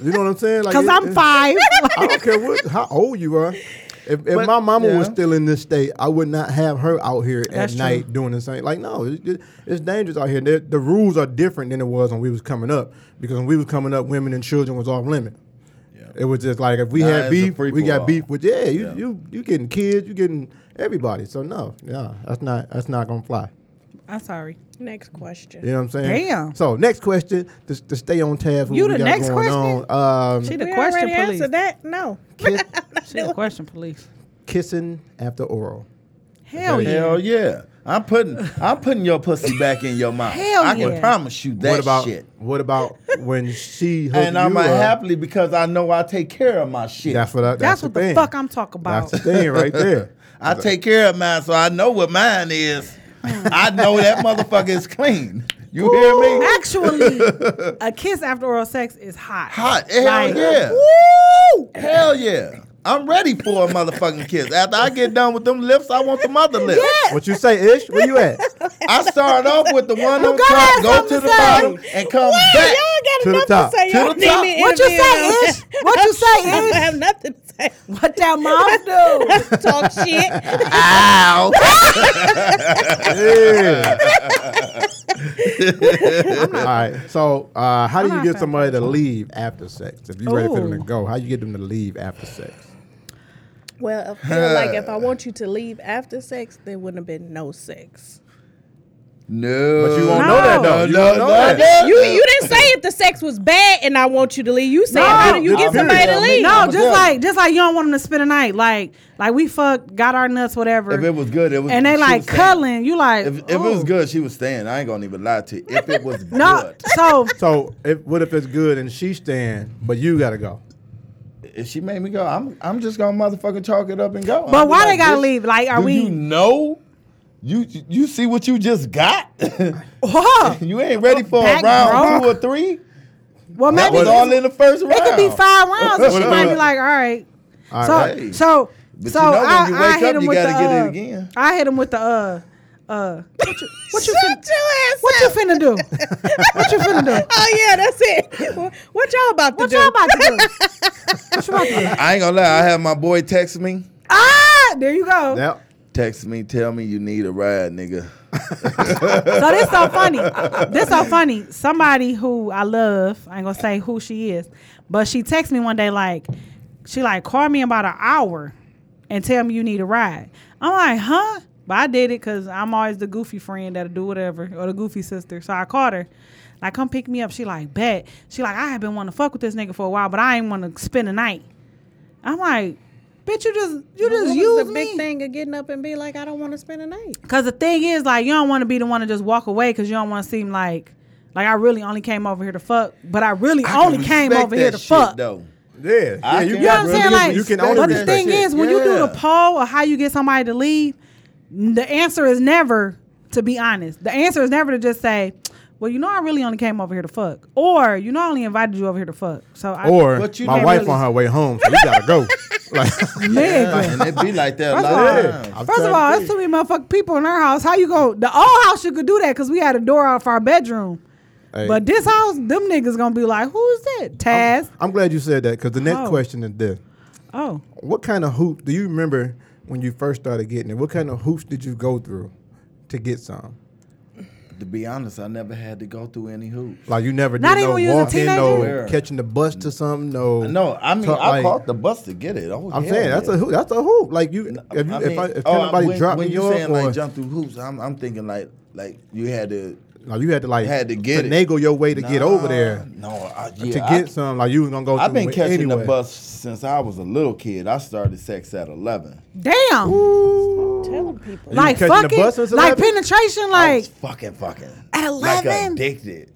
S3: you know what I'm saying? Like,
S4: (laughs) cause
S3: it- (laughs)
S4: I'm
S3: it-
S4: five.
S3: I don't care what how old you are. If, if my mama was
S6: yeah.
S3: still in this state, I would not have her out here
S4: That's
S3: at night doing the same. Like, no, it's, it- it's dangerous out here. The, the rules are different than it was when we was coming up because when we was coming up, women and children was off limit. It was just like if we
S6: Now it's
S3: had
S6: a
S3: beef, we
S6: free-for-all.
S3: got beef with yeah. You
S6: Yeah.
S3: you you getting kids, you getting everybody. So no, yeah, that's not that's not gonna fly.
S4: I'm sorry.
S7: Next question.
S3: You know what I'm saying?
S4: Damn.
S3: So next question to, to stay on task.
S4: You
S3: what we
S4: the
S3: got
S4: next
S3: going
S4: question?
S3: On, um,
S4: She the
S7: We
S4: question
S7: already
S4: police.
S7: answered that. No.
S3: kiss,
S4: She the question police.
S3: kissing after oral.
S4: Hell yeah.
S6: Hell yeah. I'm putting I'm putting your pussy back in your mouth.
S4: Hell
S6: I can
S4: yeah.
S6: promise you that
S3: what about
S6: shit.
S3: what about when
S4: (laughs)
S3: she hook
S6: And I'm
S3: you up?
S6: happily because I know I take care of my shit.
S3: That's what I, that's,
S4: That's
S3: the
S4: what the
S3: thing.
S4: fuck I'm talking about.
S3: That's
S6: (laughs)
S3: the thing
S4: (laughs)
S3: right there.
S6: I take care of mine, so I know what mine is. I
S3: (laughs)
S6: know that motherfucker is clean. You hear me? (laughs)
S4: Actually, a kiss after oral sex is hot.
S6: Hot. Hell
S4: Like,
S6: yeah. Hell yeah. I'm ready for a motherfucking kiss. After I get done with them lips, I want the mother lips.
S3: What you say, Ish? Where you
S4: (laughs)
S3: at?
S6: I start off with the one on
S7: go
S6: top,
S7: have
S6: go
S7: something
S6: to
S7: to
S6: the
S7: say.
S6: bottom, and come
S7: Wait,
S6: back.
S3: To
S7: y'all
S3: the top.
S7: got enough to say.
S6: To
S7: Y'all
S6: the
S7: need
S6: top.
S7: me
S4: What you
S7: interviewed.
S4: say, Ish?
S7: (laughs)
S4: What you
S7: I don't
S4: say, Ish?
S7: have nothing to say.
S4: What that mouth do?
S7: (laughs)
S4: (laughs)
S7: Talk shit.
S6: Ow.
S3: Yeah. All right. So, uh, how do you get somebody to leave after sex? If you ready for them to
S4: Ooh.
S3: go, how you get them to leave after sex?
S7: Well, I feel like if
S3: (laughs)
S7: I want you to leave after sex, there wouldn't have been no sex.
S6: No.
S3: But you won't know that though.
S6: No,
S3: You
S6: no,
S3: won't know
S6: no,
S3: that.
S6: no.
S7: You you didn't say if the sex was bad and I want you to leave. You said
S4: No,
S7: how do you
S3: it's
S7: get somebody
S3: period.
S7: to leave?
S4: No,
S6: I'ma
S4: just
S6: tell you.
S4: like just like you don't want them to spend a night. Like like we fucked, got our nuts, whatever.
S6: If it was good, it was.
S4: and they
S6: she
S4: like
S6: was staying.
S4: cuddling. You like
S6: If, if it was
S4: ooh.
S6: good, she was staying. I ain't gonna even lie to you. If it was
S4: Oh. (laughs) No,
S6: good,
S4: so
S3: So, if, what if it's good and she's staying, but you gotta go?
S6: if she made me go, I'm I'm just gonna motherfucking chalk it up and go. (laughs)
S4: But
S6: I'ma
S4: why
S6: be
S4: they gotta
S6: bitch,
S4: leave? Like, are
S6: do
S4: we-
S6: You
S4: (laughs)
S6: know, you you see what you just got. (laughs)
S4: huh.
S6: you ain't ready for a
S4: Back
S6: round two
S4: broke.
S6: or three.
S4: well
S6: That
S4: maybe
S6: was all in the first round.
S4: it could be five rounds, and she might be like, all right.
S3: All
S4: so
S6: right.
S4: so
S6: But
S4: so
S6: you know when
S4: I,
S6: you
S4: I
S6: wake
S4: hit
S6: up,
S4: him
S6: you
S4: with
S6: gotta
S4: the
S6: get it
S4: uh,
S6: again.
S4: I hit him with the uh uh what you what you,
S7: Shut
S4: fin-
S7: your ass
S4: what you
S7: up.
S4: finna do? what you finna do?
S7: Oh yeah, that's it. Wh- What y'all about to
S4: What
S7: do?
S4: y'all about to do? What you about to do?
S6: I ain't gonna lie. I had my boy text me,
S4: Ah, there you go.
S3: Yep.
S6: text me, tell me you need a ride, nigga.
S4: (laughs) So this so funny. This so funny. Somebody who I love, I ain't gonna say who she is, but she texted me one day like, she like called me about an hour and tell me you need a ride. I'm like, huh? But I did it because I'm always the goofy friend that'll do whatever or the goofy sister. So I called her. Like, come pick me up. She like, bet. She like, I have been wanting to fuck with this nigga for a while, but I ain't want to spend the night. I'm like, bitch, you just you
S7: What
S4: just
S7: was
S4: use
S7: the
S4: me.
S7: big thing of getting up and be like, I don't want to spend a night.
S4: Cause the thing is, like, you don't want to be the one to just walk away because you don't want to seem like, like I really only came over here to fuck, but I really
S6: I can
S4: only came
S6: respect
S4: over here to
S6: that shit,
S4: fuck.
S6: Though.
S3: Yeah.
S6: I
S3: Yeah. You
S6: can-
S4: You know
S3: got
S4: what I'm
S6: Yeah,
S4: saying?
S6: bro,
S4: Like,
S3: you can
S6: only
S4: but
S3: own
S4: the
S6: respect
S4: thing
S6: shit.
S4: is, when you do the
S6: Yeah.
S4: poll of how you get somebody to leave, the answer is never to be honest. The answer is never to just say, "Well, you know, I really only came over here to fuck," or "You know, I only invited you over here to fuck." So, I,
S3: Or
S6: But you
S3: my
S6: can't
S3: wife
S4: really-
S3: on her way home, so we gotta go. (laughs) Like,
S4: nigga.
S6: And it be like that a
S4: First of
S6: lot
S4: all,
S6: of times.
S3: I'm
S4: First
S3: trying
S4: of
S3: to
S4: all,
S3: think.
S4: it's too many motherfucking people in our house. How you go? The old house you could do that because we had a door out of our bedroom.
S3: Hey.
S4: But this house, them niggas gonna be like, who is that? Taz.
S3: I'm glad you said that because the next
S4: Oh.
S3: question is this:
S4: oh,
S3: What kind of hoop do you remember when you first started getting it? What kind of hoops did you go through to get some?
S6: To be honest, I never had to go through any hoops.
S3: Like you never did
S4: Not even
S3: no
S4: when you was a
S3: walking, no
S4: teenager?
S6: Yeah.
S3: catching the bus to something, no.
S6: No, I mean
S3: Talk
S6: I
S3: like-
S6: caught the bus to get it. Oh,
S3: I'm
S6: hell
S3: saying that's
S6: yeah.
S3: a hoop. That's a hoop. Like you, if, you,
S6: I
S3: if,
S6: mean-
S3: I, if
S6: oh, I-
S3: somebody
S6: when,
S3: dropped
S6: when
S3: me
S6: you
S3: off,
S6: saying
S3: or
S6: like jump through hoops, I'm, I'm thinking like like you had to
S3: no, you had to like
S6: had to get it.
S3: finagle your way to get over there
S6: No, I,
S3: to
S6: yeah,
S3: get some. Like you was gonna go.
S6: I, have
S3: through
S6: been
S3: it
S6: catching
S3: anyway.
S6: the bus since I was a little kid. I started sex at 11.
S4: damn.
S7: Telling people.
S4: Like
S3: catching the
S4: fucking,
S3: bus since
S4: like
S3: 11?
S4: penetration,
S6: I
S4: like
S6: was fucking fucking
S4: At
S6: Oh, like
S4: 11?
S6: addicted.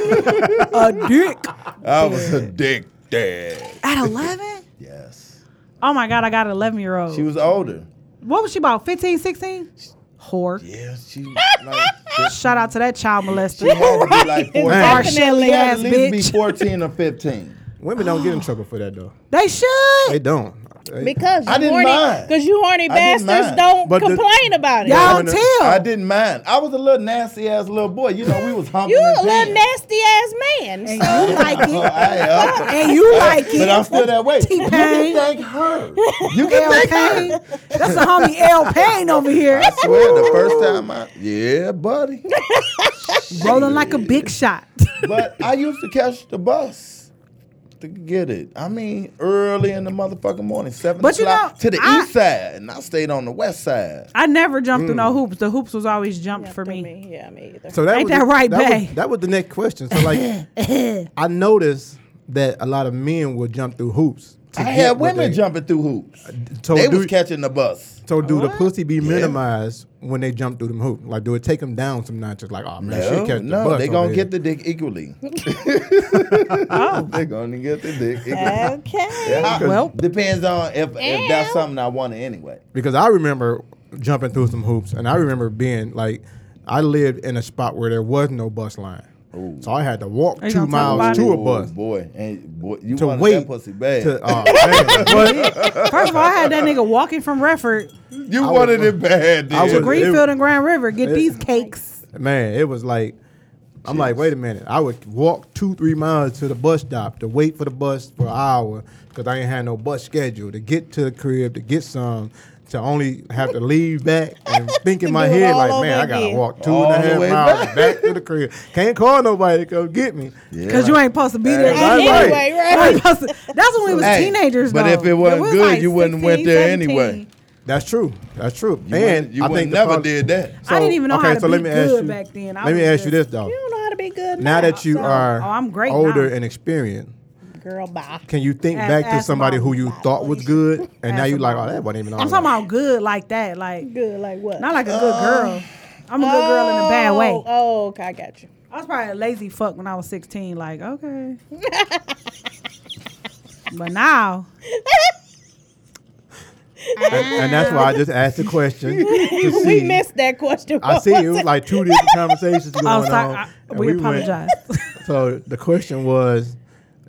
S4: a dick
S6: I was addicted. (laughs)
S4: at eleven.
S6: Yes,
S4: Oh my god, I got an eleven year
S6: she
S4: old.
S6: was older.
S4: What was she about? 15, 16? Whore.
S6: Yeah, she
S4: (laughs)
S6: like.
S4: Shout out to that child
S6: She had
S4: molester.
S6: to be like 14.
S3: Damn.
S6: She
S4: Shelly
S6: had
S4: ass
S6: to at least
S4: bitch.
S6: be 14 or 15.
S3: Women don't get in trouble for that though.
S4: They should.
S3: They don't. They-
S7: Because
S6: I
S7: you
S6: didn't
S7: horny,
S6: mind.
S7: because you horny
S6: I didn't
S7: bastards
S6: mind.
S7: don't
S3: But the-
S7: complain about it.
S3: Yeah.
S4: Y'all
S3: Women-
S4: tell.
S6: I didn't mind. I was a little nasty ass little boy. You know, we was humping.
S7: You
S6: and
S7: a
S6: peeing.
S7: little nasty ass man.
S4: and
S7: so-
S4: you like
S6: Oh, (laughs)
S4: it.
S6: I am.
S4: And you like it.
S6: (laughs) But I'm still that way. You
S4: T-Pain.
S6: can thank her. You can
S4: L
S6: thank her.
S4: Payne. That's the homie L Payne over here.
S6: I swear, the first time I, yeah, buddy.
S4: (laughs) Rolling like a big shot. (laughs)
S6: But I used to catch the bus to get it. I mean, early in the motherfucking morning, seven
S4: But you
S6: o'clock
S4: know,
S6: to the
S4: I-
S6: east side, and I stayed on the west side.
S4: I never jumped through no
S6: Mm.
S4: hoops. The hoops was always jumped for
S7: To
S4: me. (laughs)
S7: Yeah, me either.
S3: So that
S4: Ain't
S3: was
S4: that
S3: the,
S4: right,
S3: that
S4: bae?
S3: Was, that was the next question. So
S4: (laughs)
S3: like, I noticed that a lot of men will jump through hoops. to
S6: I
S3: get
S6: had
S3: what
S6: women
S3: they-
S6: jumping through hoops.
S3: So
S6: they
S3: do,
S6: was catching the bus.
S3: so do the pussy be minimized when they jump through them hoops? Like, do it take them down some notches? Like, oh man,
S6: No,
S3: she catch the
S6: no,
S3: bus
S6: they
S3: over
S6: gonna
S3: here.
S6: get the dick
S4: (laughs)
S6: equally. (laughs) they gonna get the dick equally.
S7: Okay.
S6: Yeah, I-
S4: Oh. Well-
S6: depends on if, if that's
S7: Ew.
S6: something I want anyway.
S3: because I remember jumping through some hoops, and I remember being like, I lived in a spot where there was no bus line. So I had to walk
S4: you
S3: two
S4: gonna talk
S3: miles
S4: about
S3: to
S4: it?
S3: a bus
S6: boy, and boy, you
S3: to
S6: wanted
S3: wait.
S6: that pussy bad.
S3: To, oh, man, but
S4: First of all, I had that nigga walking from Redford
S6: you wanted it bad, dude.
S3: (laughs) I
S4: to
S3: would-
S4: Greenfield and Grand River get these cakes.
S3: man, it was like I'm like, wait a minute. I would walk two, three miles to the bus stop to wait for the bus for an hour because I ain't had no bus schedule to get to the crib to get some. To only have to leave back
S6: (laughs)
S3: and think in my
S7: do it
S3: head
S7: all
S3: like,
S7: over
S3: man, I gotta
S7: again.
S3: walk two and a
S6: All the
S3: half
S6: way
S3: miles
S6: back.
S3: back. to the crib. Can't call nobody to come get me.
S4: Cause you ain't supposed to be there.
S3: Right,
S7: anyway,
S3: right.
S7: right?
S4: You ain't supposed
S7: (laughs)
S4: to- That's when we was
S6: Hey,
S4: teenagers.
S6: but
S4: though.
S6: if it wasn't
S4: we was
S6: good, you wouldn't went there
S4: 16,
S6: anyway.
S3: That's true. That's true.
S6: You
S3: and
S6: wouldn't- you
S3: I
S6: wouldn't
S3: think the
S6: never
S3: prob-
S6: did that.
S4: I didn't even know how to be good back then. I
S3: let me
S4: was
S3: ask you this
S4: just-
S3: though.
S7: You don't know how to be good
S3: Now that you
S4: Oh,
S3: are
S4: oh, I'm great
S3: older
S4: now.
S3: and experienced,
S7: girl, bye.
S3: can you think
S4: Ask-
S3: back to
S4: ask
S3: somebody
S4: mom.
S3: who you thought was good, and now
S4: Ask
S3: you like,
S4: mom.
S3: oh, that wasn't even. all
S4: I'm
S3: that.
S4: talking about good like that, like
S7: Good, like what?
S4: not like a
S6: Uh,
S4: good girl. I'm a good girl in a bad way.
S7: Oh, Oh, okay, I got you.
S4: I was probably a lazy fuck when I was 16. Like,
S6: (laughs)
S4: okay. but now,
S3: and, and that's why I just asked
S4: (laughs)
S3: the question. to
S7: We
S3: see.
S7: missed that question.
S3: I see it was like two different conversations going
S4: (laughs) oh, sorry,
S3: on.
S4: I-
S3: and
S4: we,
S3: went-
S4: apologize. (laughs)
S3: So the question was,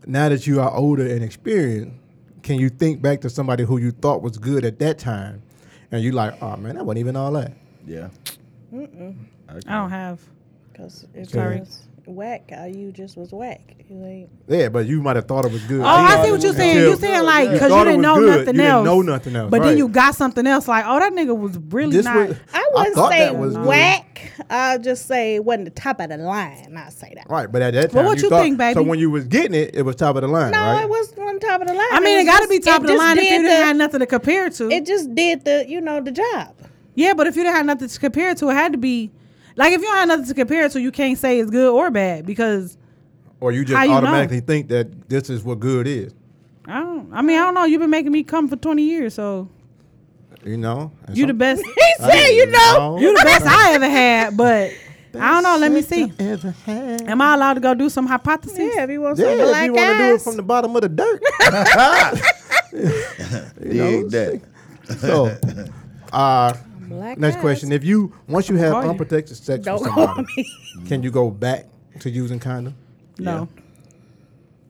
S3: now that you are older and experienced, can you think back to somebody who you thought was good at that time, and you like, oh man, that wasn't even all that.
S6: Yeah.
S4: I don't have.
S7: Because it
S3: Sorry.
S7: was whack. How you just was whack. You ain't.
S3: Yeah, but you might have thought it was good.
S4: Oh, I see what you're saying. You're saying like because you
S3: thought it
S4: didn't
S3: was
S4: know
S3: good.
S4: nothing
S3: You
S4: else.
S3: didn't know nothing else,
S4: But
S3: right.
S4: then you got something else. Like, oh, that nigga was really
S3: This
S4: not.
S3: was-
S7: I wouldn't
S3: thought
S7: say
S3: that was good.
S7: whack. I'll just say it wasn't the top of the line. I'll say that.
S3: Right, but at that time,
S4: Well, what you
S3: thought,
S4: think, baby?
S3: So when you was getting it, it was top of the line,
S7: No,
S3: right?
S7: it was one top of the line.
S4: I mean, it
S7: was
S4: got to
S7: just-
S4: be top
S7: it
S4: of the
S7: just
S4: line if you
S7: did
S4: didn't
S7: the-
S4: have nothing to compare to.
S7: It just did the, you know, the job.
S4: yeah, but if you didn't have nothing to compare to, it had to be. Like, if you don't have nothing to compare to, you can't say it's good or bad because
S3: Or you
S4: How
S3: just
S4: you know?
S3: automatically think that this is what good is,
S4: I don't. I mean, I don't know. You've been making me come for 20 years, so
S3: you know? And
S4: you the
S3: some-
S4: (laughs) best.
S7: He said, you know.
S4: You the best I ever
S3: (laughs)
S4: had, but I don't know. Let me see.
S3: Ever had.
S4: Am I allowed to go do some hypothesis?
S7: Yeah, if you want
S3: Yeah,
S7: some
S3: if
S7: black
S3: you want to do it
S7: eyes.
S3: from the bottom of the
S4: (laughs)
S3: dirt. (laughs) You know?
S6: Dig that.
S3: So, uh,
S7: black
S3: next
S7: eyes.
S3: question: If you once you have
S4: Call you.
S3: unprotected sex
S7: Don't
S3: with
S7: call
S3: somebody, can you go back to using condom?
S4: No.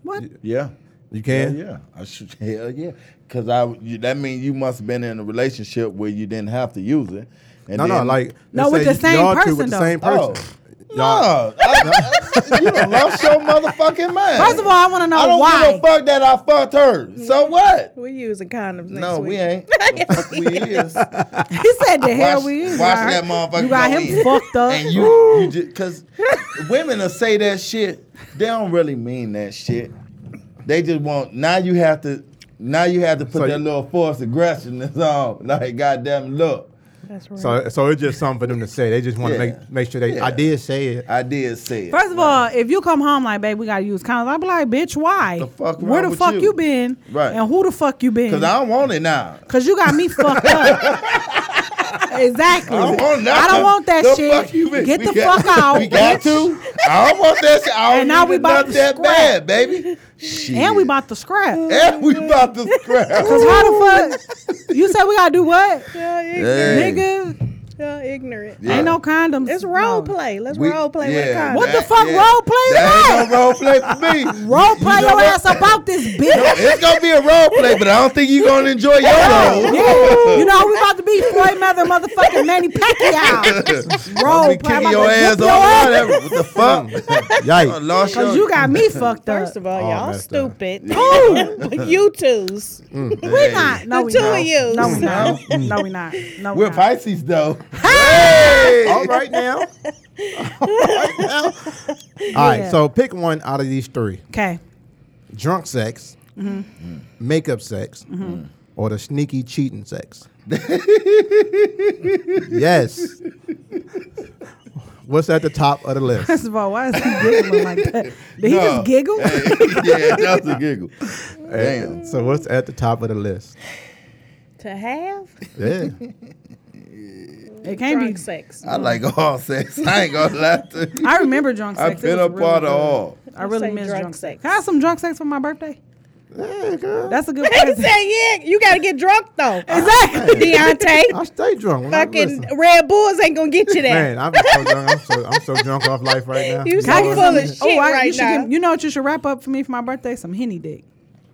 S4: What?
S6: Yeah.
S3: You
S6: Yeah,
S3: can.
S6: yeah. I should. (laughs) Hell yeah. Because I you, that means you must have been in a relationship where you didn't have to use it. And
S3: No, no,
S6: then-
S3: like
S4: No,
S3: let's
S4: with
S3: say
S4: the same
S3: y'all two
S4: person,
S3: with the
S4: though.
S3: same
S6: Oh.
S3: person.
S6: no, I, I- you done lost your motherfucking mind.
S4: First of all, I want to
S6: I
S4: know
S6: don't
S4: why.
S6: give a fuck that I fucked her. So what?
S7: We're using condoms next
S6: No,
S7: week.
S4: (laughs)
S6: we ain't. The fuck we is.
S4: He said the hell
S6: Watch,
S4: we is.
S6: watch
S4: all right.
S6: that motherfucker.
S4: You got
S6: go
S4: him
S6: in.
S4: fucked up.
S6: And you, you just because women will say that shit. They don't really mean that shit. They just want. Now you have to. Now you have to put
S3: So
S6: that
S3: you-
S6: little force aggression (laughs) that's on. Like goddamn, look,
S7: That's right.
S3: So, so it's just something for them to say. They just want to
S6: Yeah.
S3: make make sure they. I
S6: Yeah.
S3: did say it.
S6: I did say it.
S4: First of all, if you come home like, babe, we gotta use condoms, I'd be like, bitch, why?
S6: The fuck
S4: Where
S6: wrong
S4: the
S6: with
S4: fuck
S6: you?
S4: you? been?
S6: Right.
S4: And who the fuck you been?
S6: because I don't want it now.
S4: Cause you got me fucked
S6: (laughs)
S4: up. exactly.
S6: I don't want that.
S4: I don't want that
S6: The
S4: shit.
S6: fuck you mean?
S4: Get
S6: We
S4: the
S6: got-
S4: fuck out.
S6: (laughs) We got
S4: bitch.
S6: to. I don't want that shit. I don't
S4: And now
S6: need
S4: we
S6: it
S4: about
S6: not
S4: to
S6: that
S4: scrap.
S6: bad, baby. Shit.
S4: And we about to scrap.
S6: And we about to scrap.
S4: Cause how the
S6: (laughs)
S4: fuck you said we gotta do what?
S7: Y'all ignorant.
S6: Hey.
S4: Nigga,
S7: Y'all ignorant.
S6: Yeah.
S4: ain't no condoms.
S7: It's
S4: No.
S7: role play. Let's
S6: We-
S7: role play
S6: yeah,
S7: with condoms.
S4: What the
S6: that-
S4: fuck role play is
S6: that? ain't no role play for me.
S4: Role play
S6: know
S4: your
S6: what?
S4: ass about this
S6: (laughs)
S4: bitch.
S6: It's gonna be a role play, but I don't think you're gonna enjoy your role.
S4: Yeah. You know we about to be Floyd Mother motherfucking Manny
S7: (laughs)
S4: Pacquiao. Role
S6: I'll be
S4: play. I'm
S6: kicking
S4: about
S6: your
S4: to
S6: ass
S4: whip your
S6: off.
S4: ass.
S6: whatever. What
S4: (laughs)
S6: the fuck? I
S3: Yikes!
S6: Uh, lost your.
S4: Cause you got me fucked up.
S7: First of all,
S3: Oh,
S7: y'all
S3: messed up.
S7: stupid. Who? (laughs) you twos.
S4: we not. No,
S7: The
S4: we
S7: two
S4: not.
S7: of you.
S4: No, we
S7: (laughs)
S4: not. No, we not. No, we
S6: (laughs) We're
S4: not.
S6: Pisces though. (laughs)
S4: Oh,
S3: All right now.
S4: (laughs)
S3: All right now. All right.
S4: Yeah.
S3: So pick one out of these three:
S4: Okay.
S3: drunk sex,
S4: Mm-hmm.
S3: makeup sex, or the sneaky cheating
S4: (laughs)
S3: sex. yes. What's at the top of the list?
S4: First of all, why is he giggling like that? Did he
S6: No.
S4: just giggle?
S6: yeah, that was a giggle. Damn.
S3: So what's at the top of the list?
S7: To have
S3: Yeah.
S4: It can't
S7: drunk
S4: be.
S6: (laughs)
S7: sex.
S6: I like all sex. I ain't gonna lie to you.
S4: I remember drunk sex.
S6: I've
S4: It
S6: been
S4: was
S6: a
S4: really
S6: part
S4: good.
S6: of all.
S4: I really
S7: say
S4: miss
S7: drunk
S4: drunk sex.
S7: sex.
S4: Can I have some drunk sex for my birthday?
S3: Yeah, girl.
S4: That's a good
S7: he
S4: present.
S7: said, "Yeah, you gotta get drunk though."
S4: (laughs) Exactly.
S7: (laughs) Deontay,
S3: I stay drunk. When
S7: fucking
S3: I listen.
S7: Red Bulls ain't gonna get you there.
S3: man, I'm so drunk. I'm so, I'm so drunk off life right now.
S7: You
S3: know
S7: so
S3: what?
S7: full of shit
S4: Oh, I, you,
S7: right
S4: should
S7: now.
S4: give, you know what you should wrap up for me for my birthday? Some henny dick.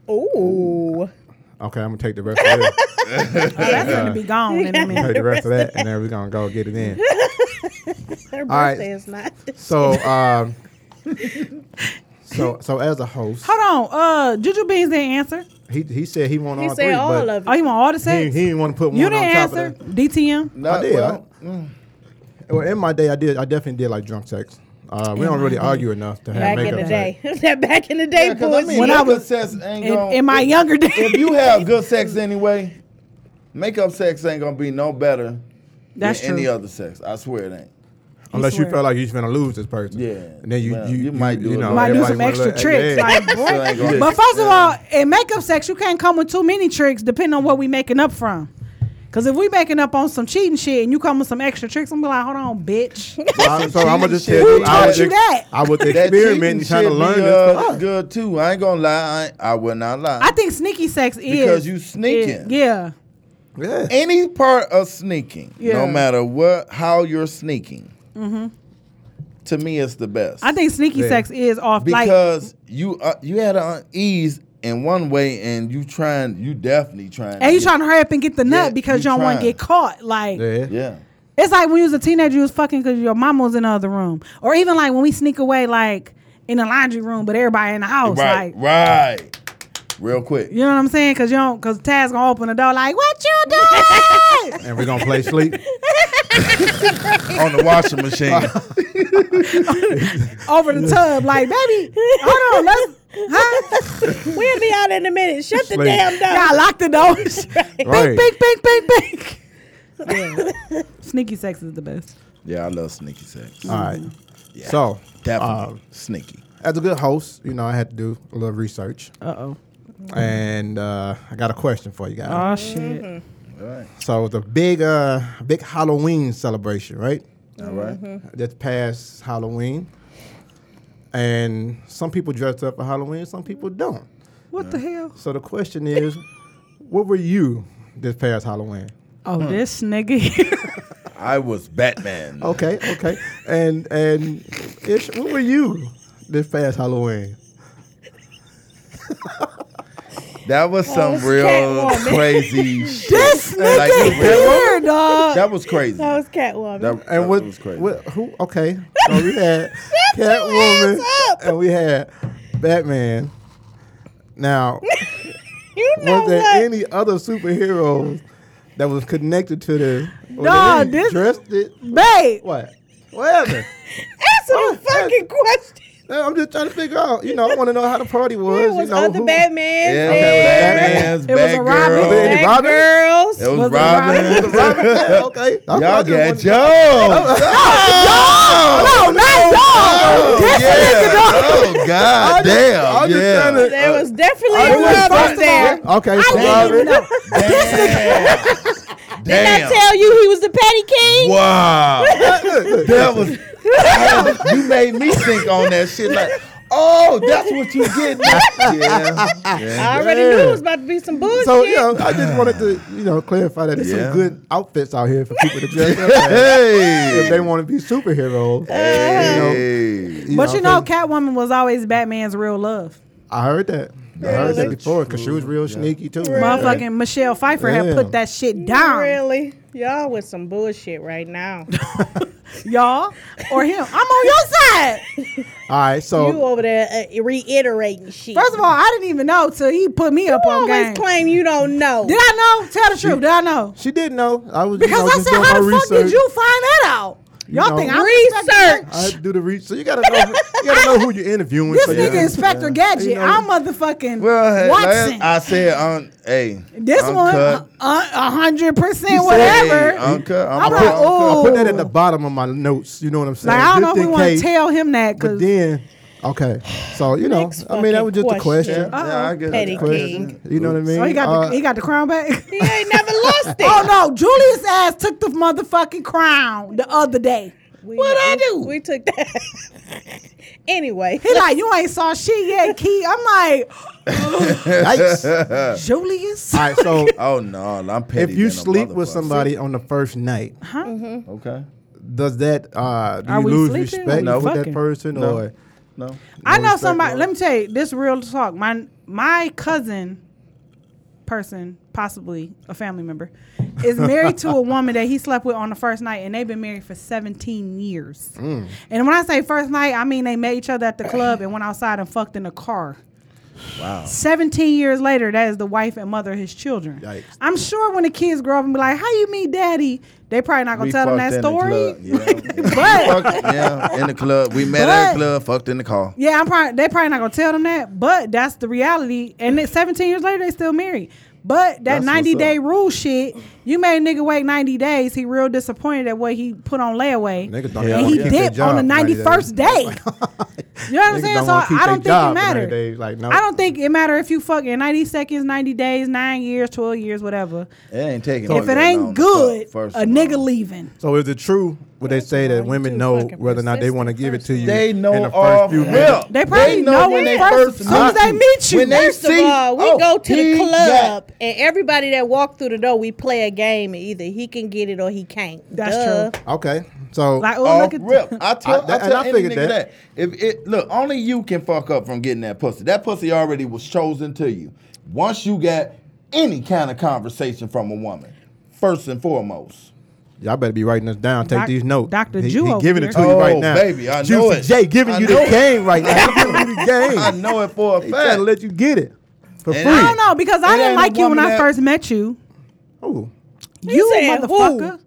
S7: Ooh,
S3: Okay, I'm gonna take the rest of
S7: (laughs)
S3: it.
S4: Oh, that's gonna be gone in a
S3: I'm gonna
S4: minute.
S3: take the rest of that, and then we're gonna go get it in.
S7: her
S3: right.
S7: birthday is not.
S3: So, um, so, so as a host,
S4: Hold on. Uh, Juju Beans didn't answer.
S3: he he said he want
S7: He
S3: all
S7: said
S3: three,
S7: all
S3: but
S7: of
S4: Oh,
S7: it.
S4: you want all the
S3: he,
S4: sex?
S3: he didn't want to put one
S4: you
S3: on
S4: didn't
S3: top
S4: answer.
S3: of that.
S4: DTM.
S6: No,
S3: I did.
S6: well,
S3: Well, in my day, I did. I definitely did like drunk sex. Uh, we don't really argue enough to have
S7: Back in
S3: makeup
S7: the
S3: sex.
S7: day, (laughs) that back in the day
S6: yeah, 'cause I
S7: bullshit.
S6: mean,
S4: When I
S6: makeup
S4: was-
S6: sex ain't
S4: In,
S6: gonna-
S4: in my younger days.
S6: (laughs) if you have good sex anyway, makeup sex ain't gonna be no better
S4: That's
S6: than any
S4: true.
S6: other sex. I swear it ain't.
S3: Unless you
S4: swear.
S3: felt like you was gonna lose this person.
S6: Yeah.
S3: And then you
S6: Well,
S3: you,
S6: you might do
S3: you
S6: it.
S3: know
S6: You
S4: might do
S3: everybody
S4: some
S3: wanna
S4: extra
S3: look-
S4: tricks.
S3: yeah.
S4: Like,
S6: (laughs) Still ain't gonna-
S3: Yeah.
S4: But first of all, in makeup sex, you can't come with too many tricks depending on what we making up from. Cause if we making up on some cheating shit and you come with some extra tricks, I'm be like, hold on, bitch.
S6: (laughs)
S3: I'm- so I'm gonna just tell
S6: Who
S3: you, I
S6: taught
S3: was,
S4: you that?
S3: I was
S6: That
S3: experimenting,
S6: cheating
S3: trying to
S6: shit
S3: learn
S6: be,
S3: this.
S6: uh, good too. I ain't gonna lie. I, I will not lie.
S4: I think sneaky sex is
S6: Because you sneaking.
S4: yeah.
S3: Yeah.
S6: any part of sneaking,
S4: Yeah. Mm-hmm.
S6: no matter what, how you're sneaking, to me, it's the best.
S4: I think sneaky
S3: Yeah.
S4: sex is off. like,
S6: because you uh, you had an ease in one way, and you trying, you definitely trying.
S4: and you
S6: get-
S4: trying to hurry up and get the nut
S6: Yeah,
S4: because you
S6: you
S4: don't want to
S6: trying.
S4: get caught. Like,
S3: Yeah.
S6: Yeah,
S4: It's like when you was a teenager, you was fucking because your mama was in the other room, or even like when we sneak away, like in the laundry room, but everybody in the house, like
S6: right, right. Real quick.
S4: you know what I'm saying? Because you don't, because Taz gonna open the door, like what
S3: (laughs)
S4: you doing?
S3: And we're gonna
S6: (laughs)
S3: play sleep.
S6: on the washing machine. (laughs)
S4: Over the tub, like baby, hold on, let's, huh?
S7: We'll be out in a minute. Shut the
S3: Sleep.
S7: damn door.
S4: Y'all lock the door.
S3: right.
S4: (laughs) bink, bink, bink, bink. Yeah. (laughs) Sneaky sex is the best.
S6: yeah, I love sneaky sex.
S3: All right. So
S6: Definitely
S3: um,
S6: sneaky.
S3: as a good host, you know, I had to do a little research,
S4: Uh oh.
S3: and uh, I got a question for you guys.
S6: Uh-huh.
S4: Oh shit.
S6: All right.
S3: so the big, uh, big Halloween celebration, right?
S6: All right.
S3: That's past Halloween, and some people dress up for Halloween, some people don't.
S4: What the hell?
S3: So the question is, what were you this past Halloween?
S4: Oh, this nigga here.
S6: I was Batman.
S3: Okay, okay, and and Ish, what were you this past Halloween?
S6: That was some
S7: was
S6: real
S7: Catwoman.
S6: crazy (laughs)
S4: (laughs)
S6: shit.
S4: this nigga
S6: Like, you really-
S4: here, dog.
S6: That was crazy.
S7: That was Catwoman.
S6: That,
S3: And
S6: that
S3: what,
S6: was crazy.
S3: what? Who? Okay. So we
S7: (laughs)
S3: had Catwoman, and we had Batman. Now,
S7: (laughs) you know
S3: was there
S7: what?
S3: any other superheroes that was connected to this? Was
S4: Nah,
S3: there any
S4: this-
S3: dressed it.
S4: Babe,
S3: What?
S7: (laughs)
S3: Whatever.
S7: Answer
S3: Oh,
S7: the fucking question.
S3: I'm just trying to figure out. You know, I want to know how the party was.
S7: It
S3: you
S7: was
S3: know,
S7: on the
S3: who-
S7: Batman.
S6: Yeah,
S3: okay,
S6: Batman's
S4: It was a
S6: Batgirl.
S4: Robin.
S3: Was there any
S7: Bad
S3: Robin?
S7: girls.
S6: It was,
S4: Was it
S6: Robin.
S4: Robin?
S6: (laughs)
S3: Robin? (laughs) okay. I
S6: Y'all
S3: thought it
S6: got
S3: was-
S6: Joe. Oh,
S4: no, not dog. This
S6: yeah.
S4: nigga dog.
S6: Oh, God
S3: I'm
S6: damn.
S3: just
S6: Yeah.
S3: trying to-
S7: There was definitely
S3: I
S7: a
S3: didn't know
S7: rub
S3: first
S7: up
S3: of
S7: there.
S3: Okay, so
S4: I didn't even
S3: Robin. (laughs)
S4: know.
S6: Damn.
S7: Did I
S6: Damn.
S7: tell you he was the petty king?
S6: Wow.
S4: (laughs)
S6: that was. Damn, you made me think on that shit like, oh, that's what you did. yeah. yeah.
S7: I already knew it was about to be some bullshit.
S3: So you know, I just wanted to you know clarify that there's
S6: Yeah.
S3: some good outfits out here for people to dress up. as. if they
S6: Hey.
S3: want to be superheroes.
S6: Hey.
S4: But you know,
S3: 'cause
S4: Catwoman was always Batman's real love.
S3: I heard that. I heard that before because she was real sneaky too.
S4: Motherfucking Michelle Pfeiffer
S3: Yeah.
S4: had put that shit down,
S7: Really? Y'all with some bullshit right now.
S4: y'all, or him. I'm on your side.
S3: All right,
S7: you
S3: so
S7: over there uh, reiterating shit.
S4: First of all, I didn't even know till he put me up
S7: you
S4: on
S7: always
S4: game.
S7: claim you don't know.
S4: Did I know? Tell the truth. Did I know?
S3: she didn't know. I was
S4: Because
S3: you know,
S4: I
S3: just
S4: said,
S3: doing
S4: how the
S3: my
S4: fuck
S3: research.
S4: did you find that out?
S3: You
S4: Y'all
S3: know.
S4: think I'm
S7: Research.
S4: Inspector-
S3: I had to do the research. So you
S4: (laughs)
S3: gotta know. you gotta know who you're interviewing.
S4: This
S3: so you
S4: nigga
S3: can-
S4: Inspector Gadget.
S3: You know.
S4: I'm motherfucking
S6: Well, hey,
S4: Watson.
S6: last- I said, um, hey,
S4: this one,
S6: uncut.
S4: a a hundred
S3: You
S4: percent,
S3: said,
S4: whatever.
S6: Hey, uncut. I'm,
S4: I'm
S6: uncut.
S4: like, oh.
S3: I put that at the bottom of my notes. You know what I'm saying?
S4: Like I don't know
S3: Just
S4: if we
S3: in
S4: want to
S3: case,
S4: tell him that
S3: But
S4: because
S3: then, okay. So you know,
S7: Next
S3: I mean, that was just a
S7: fucking
S3: question.
S6: Yeah,
S7: question.
S6: yeah, I guess.
S7: Petty
S6: I guess-
S7: king.
S3: You know what I mean?
S4: oh, he got
S3: Uh,
S4: the, he got the crown back. (laughs)
S7: he ain't never lost it.
S4: oh no, Julius ass took the motherfucking crown the other day.
S7: We-
S4: What'd I
S7: we-
S4: do?
S7: We took that. (laughs) anyway,
S4: He like, you ain't saw shit yet, Key. I'm like,
S6: (laughs)
S3: Yikes.
S4: Julius.
S3: All right, so
S6: Oh no, I'm petty.
S3: if you
S6: than a
S3: sleep with
S6: motherfucker.
S3: somebody on the first night,
S6: okay,
S3: does that uh, do
S4: Are
S3: you
S4: we
S3: lose
S4: sleeping?
S3: respect
S4: No.
S3: for that
S4: Fucking.
S3: person
S6: No.
S3: or
S6: no.
S4: I know
S6: respect,
S4: somebody.
S6: no.
S4: Let me tell you this real talk. My my cousin, person possibly a family member,
S6: (laughs)
S4: is married to a woman that he slept with on the first night, and they've been married for 17 years.
S6: Mm.
S4: And when I say first night, I mean they met each other at the club and went outside and fucked in a car.
S6: Wow.
S4: 17 years later, that is the wife and mother of his children.
S3: Yikes.
S4: I'm sure when the kids grow up and be like, "How you meet daddy?" They probably not gonna
S6: We
S4: tell them that
S6: fucked in the
S4: story.
S6: club, Yeah,
S4: (laughs) But
S6: yeah. Fuck, yeah, in the club. We met at the
S4: But-
S6: club, fucked in the car.
S4: Yeah, I'm probably they probably not gonna tell them that, but that's the reality. And it's 17 years later, they still married. But that
S6: That's
S4: 90
S6: what's up.
S4: day rule shit, you made a nigga wait 90 days. He real disappointed at what he put on layaway.
S3: Niggas don't
S4: and
S3: wanna
S4: he
S3: keep their
S4: dipped on the
S3: job 90 days.
S4: 91st
S6: (laughs)
S4: day. (laughs) you know what I'm
S3: Niggas
S4: saying?
S3: don't
S4: So
S3: wanna keep
S4: I
S3: their
S4: don't think
S3: job
S4: it
S3: for 90
S4: matters.
S3: days, like, no.
S4: I don't think it matter if you fuck in 90 seconds, 90 days, nine years, 12 years, whatever.
S6: It ain't taking. all
S4: if it
S6: that long
S4: ain't
S6: to fuck,
S4: good,
S6: first
S4: a
S6: of
S4: nigga
S6: all.
S4: leaving.
S3: So is it true would they say that
S7: why
S3: women
S7: you
S3: know
S7: fucking
S3: whether or not they want to give it to you
S6: They know
S3: in the
S6: all
S3: first few
S6: hell.
S3: minutes?
S4: They probably know it first- soon as they meet you.
S6: When they
S7: First
S6: see-
S7: of all, uh, we
S6: oh,
S7: go to
S6: he
S7: the
S6: got-
S7: club, and everybody that walk through the door, we play a game. and Either he can get it or he can't.
S4: That's
S7: Duh.
S4: true.
S3: Okay, so
S4: Like, oh,
S6: off
S4: look at
S6: rip. I tell, I,
S3: I- that-
S6: tell
S3: and I
S6: any
S3: figured
S6: nigga
S3: that.
S6: that. If it look, only you can fuck up from getting that pussy. That pussy already was chosen to you. Once you got any kind of conversation from a woman, first and foremost.
S3: y'all better be writing this down. Take
S4: Doc-
S3: these notes.
S4: Dr.
S3: He-
S4: Jew
S3: he
S4: over
S3: giving it to
S6: here.
S3: you right
S6: Oh,
S3: now,
S6: baby, I know
S3: Juicy
S6: it.
S3: J giving
S6: I
S3: you
S6: know
S3: the
S6: it.
S3: game right
S6: (laughs)
S3: now. He giving you the game.
S6: I know it (laughs) for a
S3: They trying
S6: fact.
S3: to let you get it for
S6: And
S4: I
S3: free.
S4: don't know because I
S6: It
S4: didn't
S6: ain't a
S4: like you when
S6: woman
S4: I
S6: that-
S4: first met you.
S3: Ooh,
S4: You
S7: said who?
S4: motherfucker.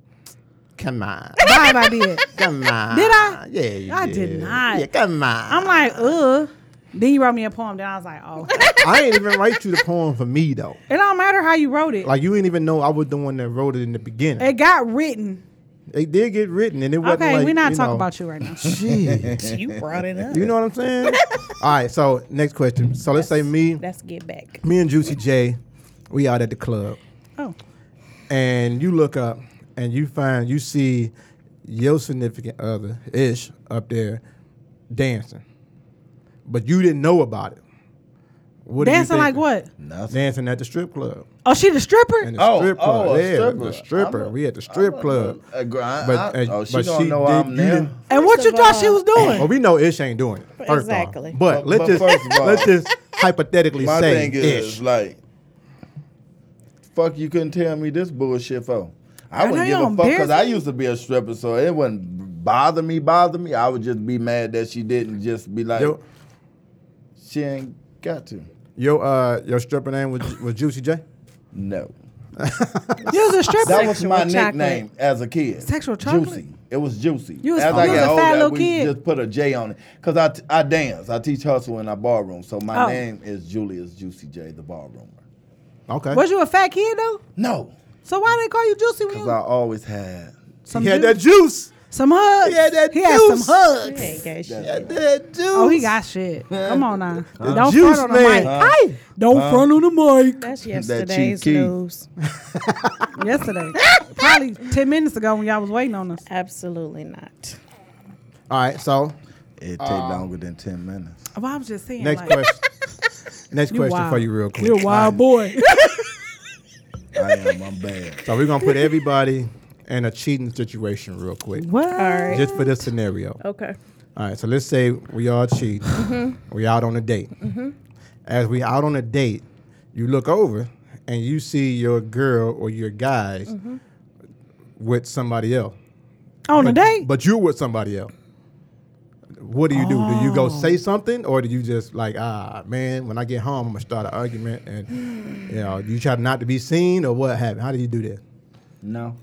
S3: come
S4: (laughs)
S3: on,
S4: Vibe I did.
S3: come on.
S4: Did I?
S3: Yeah, you
S4: I did not.
S3: Yeah, come on.
S4: I'm like, ugh. Then you wrote me a poem. Then I was like,
S3: (laughs)
S4: oh.
S3: I ain't even write you the poem for me though.
S4: it don't matter how you wrote it.
S3: Like you didn't even know I was the one that wrote it in the beginning.
S4: it got written.
S3: it did get written, and it wasn't
S4: Okay,
S3: like
S4: we're not
S3: you
S4: talking
S3: know,
S4: about you right
S3: (laughs)
S4: now.
S3: Jeez.
S7: You brought it
S3: (laughs)
S7: up.
S3: you know what I'm
S4: (laughs)
S3: saying? All right. So next question. So let's say me,
S7: Let's get back.
S3: me and Juicy J, we out at the club,
S4: Oh,
S3: and you look up and you find you see your significant other ish up there dancing, but you didn't know about it. What do you
S4: dancing like
S3: think-
S4: what?
S6: Nothing.
S3: Dancing at the strip club.
S4: Oh, she the stripper.
S3: And the
S6: Oh,
S3: strip
S6: oh,
S3: club.
S6: a
S3: yeah,
S6: stripper.
S3: the stripper.
S6: I'm a-
S3: we at the strip
S6: I'm a-
S3: club.
S6: a gr- I-
S3: But,
S6: I-
S3: uh,
S6: oh, she
S3: but
S6: don't
S3: she
S6: know
S3: did-
S6: I'm
S3: you
S6: there.
S3: didn't-
S4: and what
S7: First
S4: you
S7: of
S4: thought she
S7: all-
S4: was doing?
S3: Well, we know Ish ain't doing it. First
S7: Exactly.
S3: Off. But,
S6: But-
S3: let's
S6: but
S3: just
S6: first of
S3: (laughs)
S6: all-
S3: let's just hypothetically
S6: My
S3: say
S6: thing is
S3: Ish.
S6: like, fuck, you couldn't tell me this bullshit for. I,
S4: I know
S6: wouldn't
S4: you
S6: give a
S4: don't
S6: fuck because I
S4: embarrass me.
S6: used to be a stripper, so it wouldn't bother me. Bother me, I would just be mad that she didn't just be like,
S3: Your,
S6: she ain't got to.
S3: your uh your stripper name was was Juicy J.
S6: No,
S3: (laughs)
S4: you was a stripper.
S6: that was
S7: Sexual
S6: my
S7: chocolate.
S6: nickname as a kid.
S4: Sexual chocolate?
S6: Juicy. It was juicy.
S4: You was-
S6: as
S4: you was a fat little
S6: we
S4: kid.
S6: just put a J on it because I, t- I dance. I teach hustle in our ballroom, so my
S4: Oh.
S6: name is Julius Juicy J, the ballroomer.
S3: Okay.
S4: was you a fat kid though?
S6: No,
S4: So why they call you juicy when
S6: because
S4: you
S6: I always had.
S4: some
S3: he had
S4: juice?
S3: that juice.
S4: some hugs?
S3: He had that
S4: He had
S3: juice.
S4: some hugs.
S7: Hey, guys.
S3: Had that juice.
S4: Oh, he got shit. Come on
S3: (laughs)
S4: now. Don't
S3: juice,
S4: front on the
S3: man.
S4: mic. Hey, Don't front on the mic.
S7: That's
S6: cheap
S7: yesterday's
S6: key.
S7: news.
S4: (laughs) Yesterday, probably ten minutes ago when y'all was waiting on us.
S7: Absolutely not.
S3: All right. So
S6: It take
S4: Ah.
S6: longer than ten minutes.
S4: Well, Oh, I was just saying.
S3: next
S4: like,
S3: question. Next question
S4: wild.
S3: for you, real quick.
S4: You're a wild boy.
S6: I am. I'm bad.
S3: So we're gonna put everybody in a cheating situation, real quick,
S4: (laughs) what?
S7: right.
S3: just for this scenario.
S7: Okay.
S3: All right, so let's say we all cheat.
S4: Mm-hmm.
S3: We out on a date. As we out on a date, you look over and you see your girl or your guys
S4: Mm-hmm.
S3: with somebody else.
S4: On a date?
S3: But you're with somebody else. What do you do? Do you
S4: Oh.
S3: go say something or do you just like, ah, man, when I get home, I'm gonna start an argument and you know, you try not to be seen or what happened? How do you do that?
S6: No.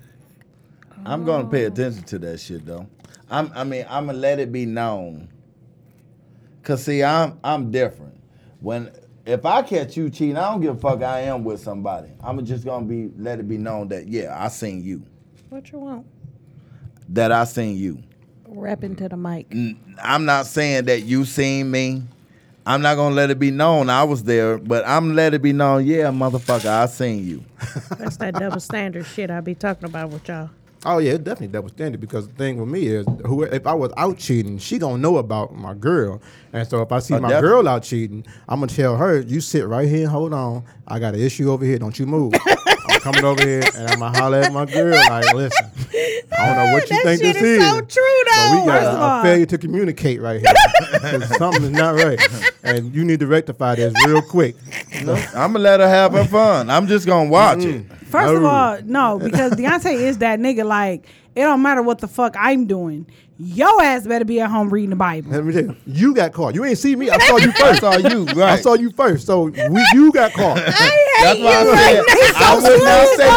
S6: I'm gonna pay attention to that shit though. I'm I mean, I'ma let it be known. Cause see, I'm I'm different. When if I catch you cheating, I don't give a fuck I am with somebody. I'm just gonna be let it be known that yeah, I seen you.
S7: What you want?
S6: That I seen you.
S7: Rap into the mic.
S6: Mm. I'm not saying that you seen me. I'm not gonna let it be known I was there, but I'm let it be known, yeah, motherfucker, I seen you.
S7: That's that double standard shit I be talking about with y'all.
S3: Oh yeah, it's definitely double standard because the thing with me is, who if I was out cheating, she gonna know about my girl, and so if I see
S6: Oh,
S3: my
S6: definitely.
S3: girl out cheating, I'm gonna tell her, "You sit right here, and hold on, I got an issue over here. Don't you move." I'm coming over here and I'm gonna holler at my girl. Like, listen, I don't know what you
S7: That
S3: think
S7: shit
S3: this
S7: is so true,
S3: but
S7: though.
S3: we got
S4: First of
S3: a
S4: all-
S3: failure to communicate right here. (laughs) 'Cause something is not right, and you need to rectify this real quick.
S6: I'm gonna let her have her fun. I'm just gonna watch it.
S4: First of
S3: No.
S4: all, no, because Deontay is that nigga. Like, it don't matter what the fuck I'm doing. Your ass better be at home reading the Bible.
S3: Let me tell you, you got caught. You ain't see me. I
S7: (laughs)
S3: saw you
S6: I
S3: first.
S6: saw you,
S3: (laughs)
S6: right?
S3: I saw you first, so we, you got caught.
S6: That's why I said I would not say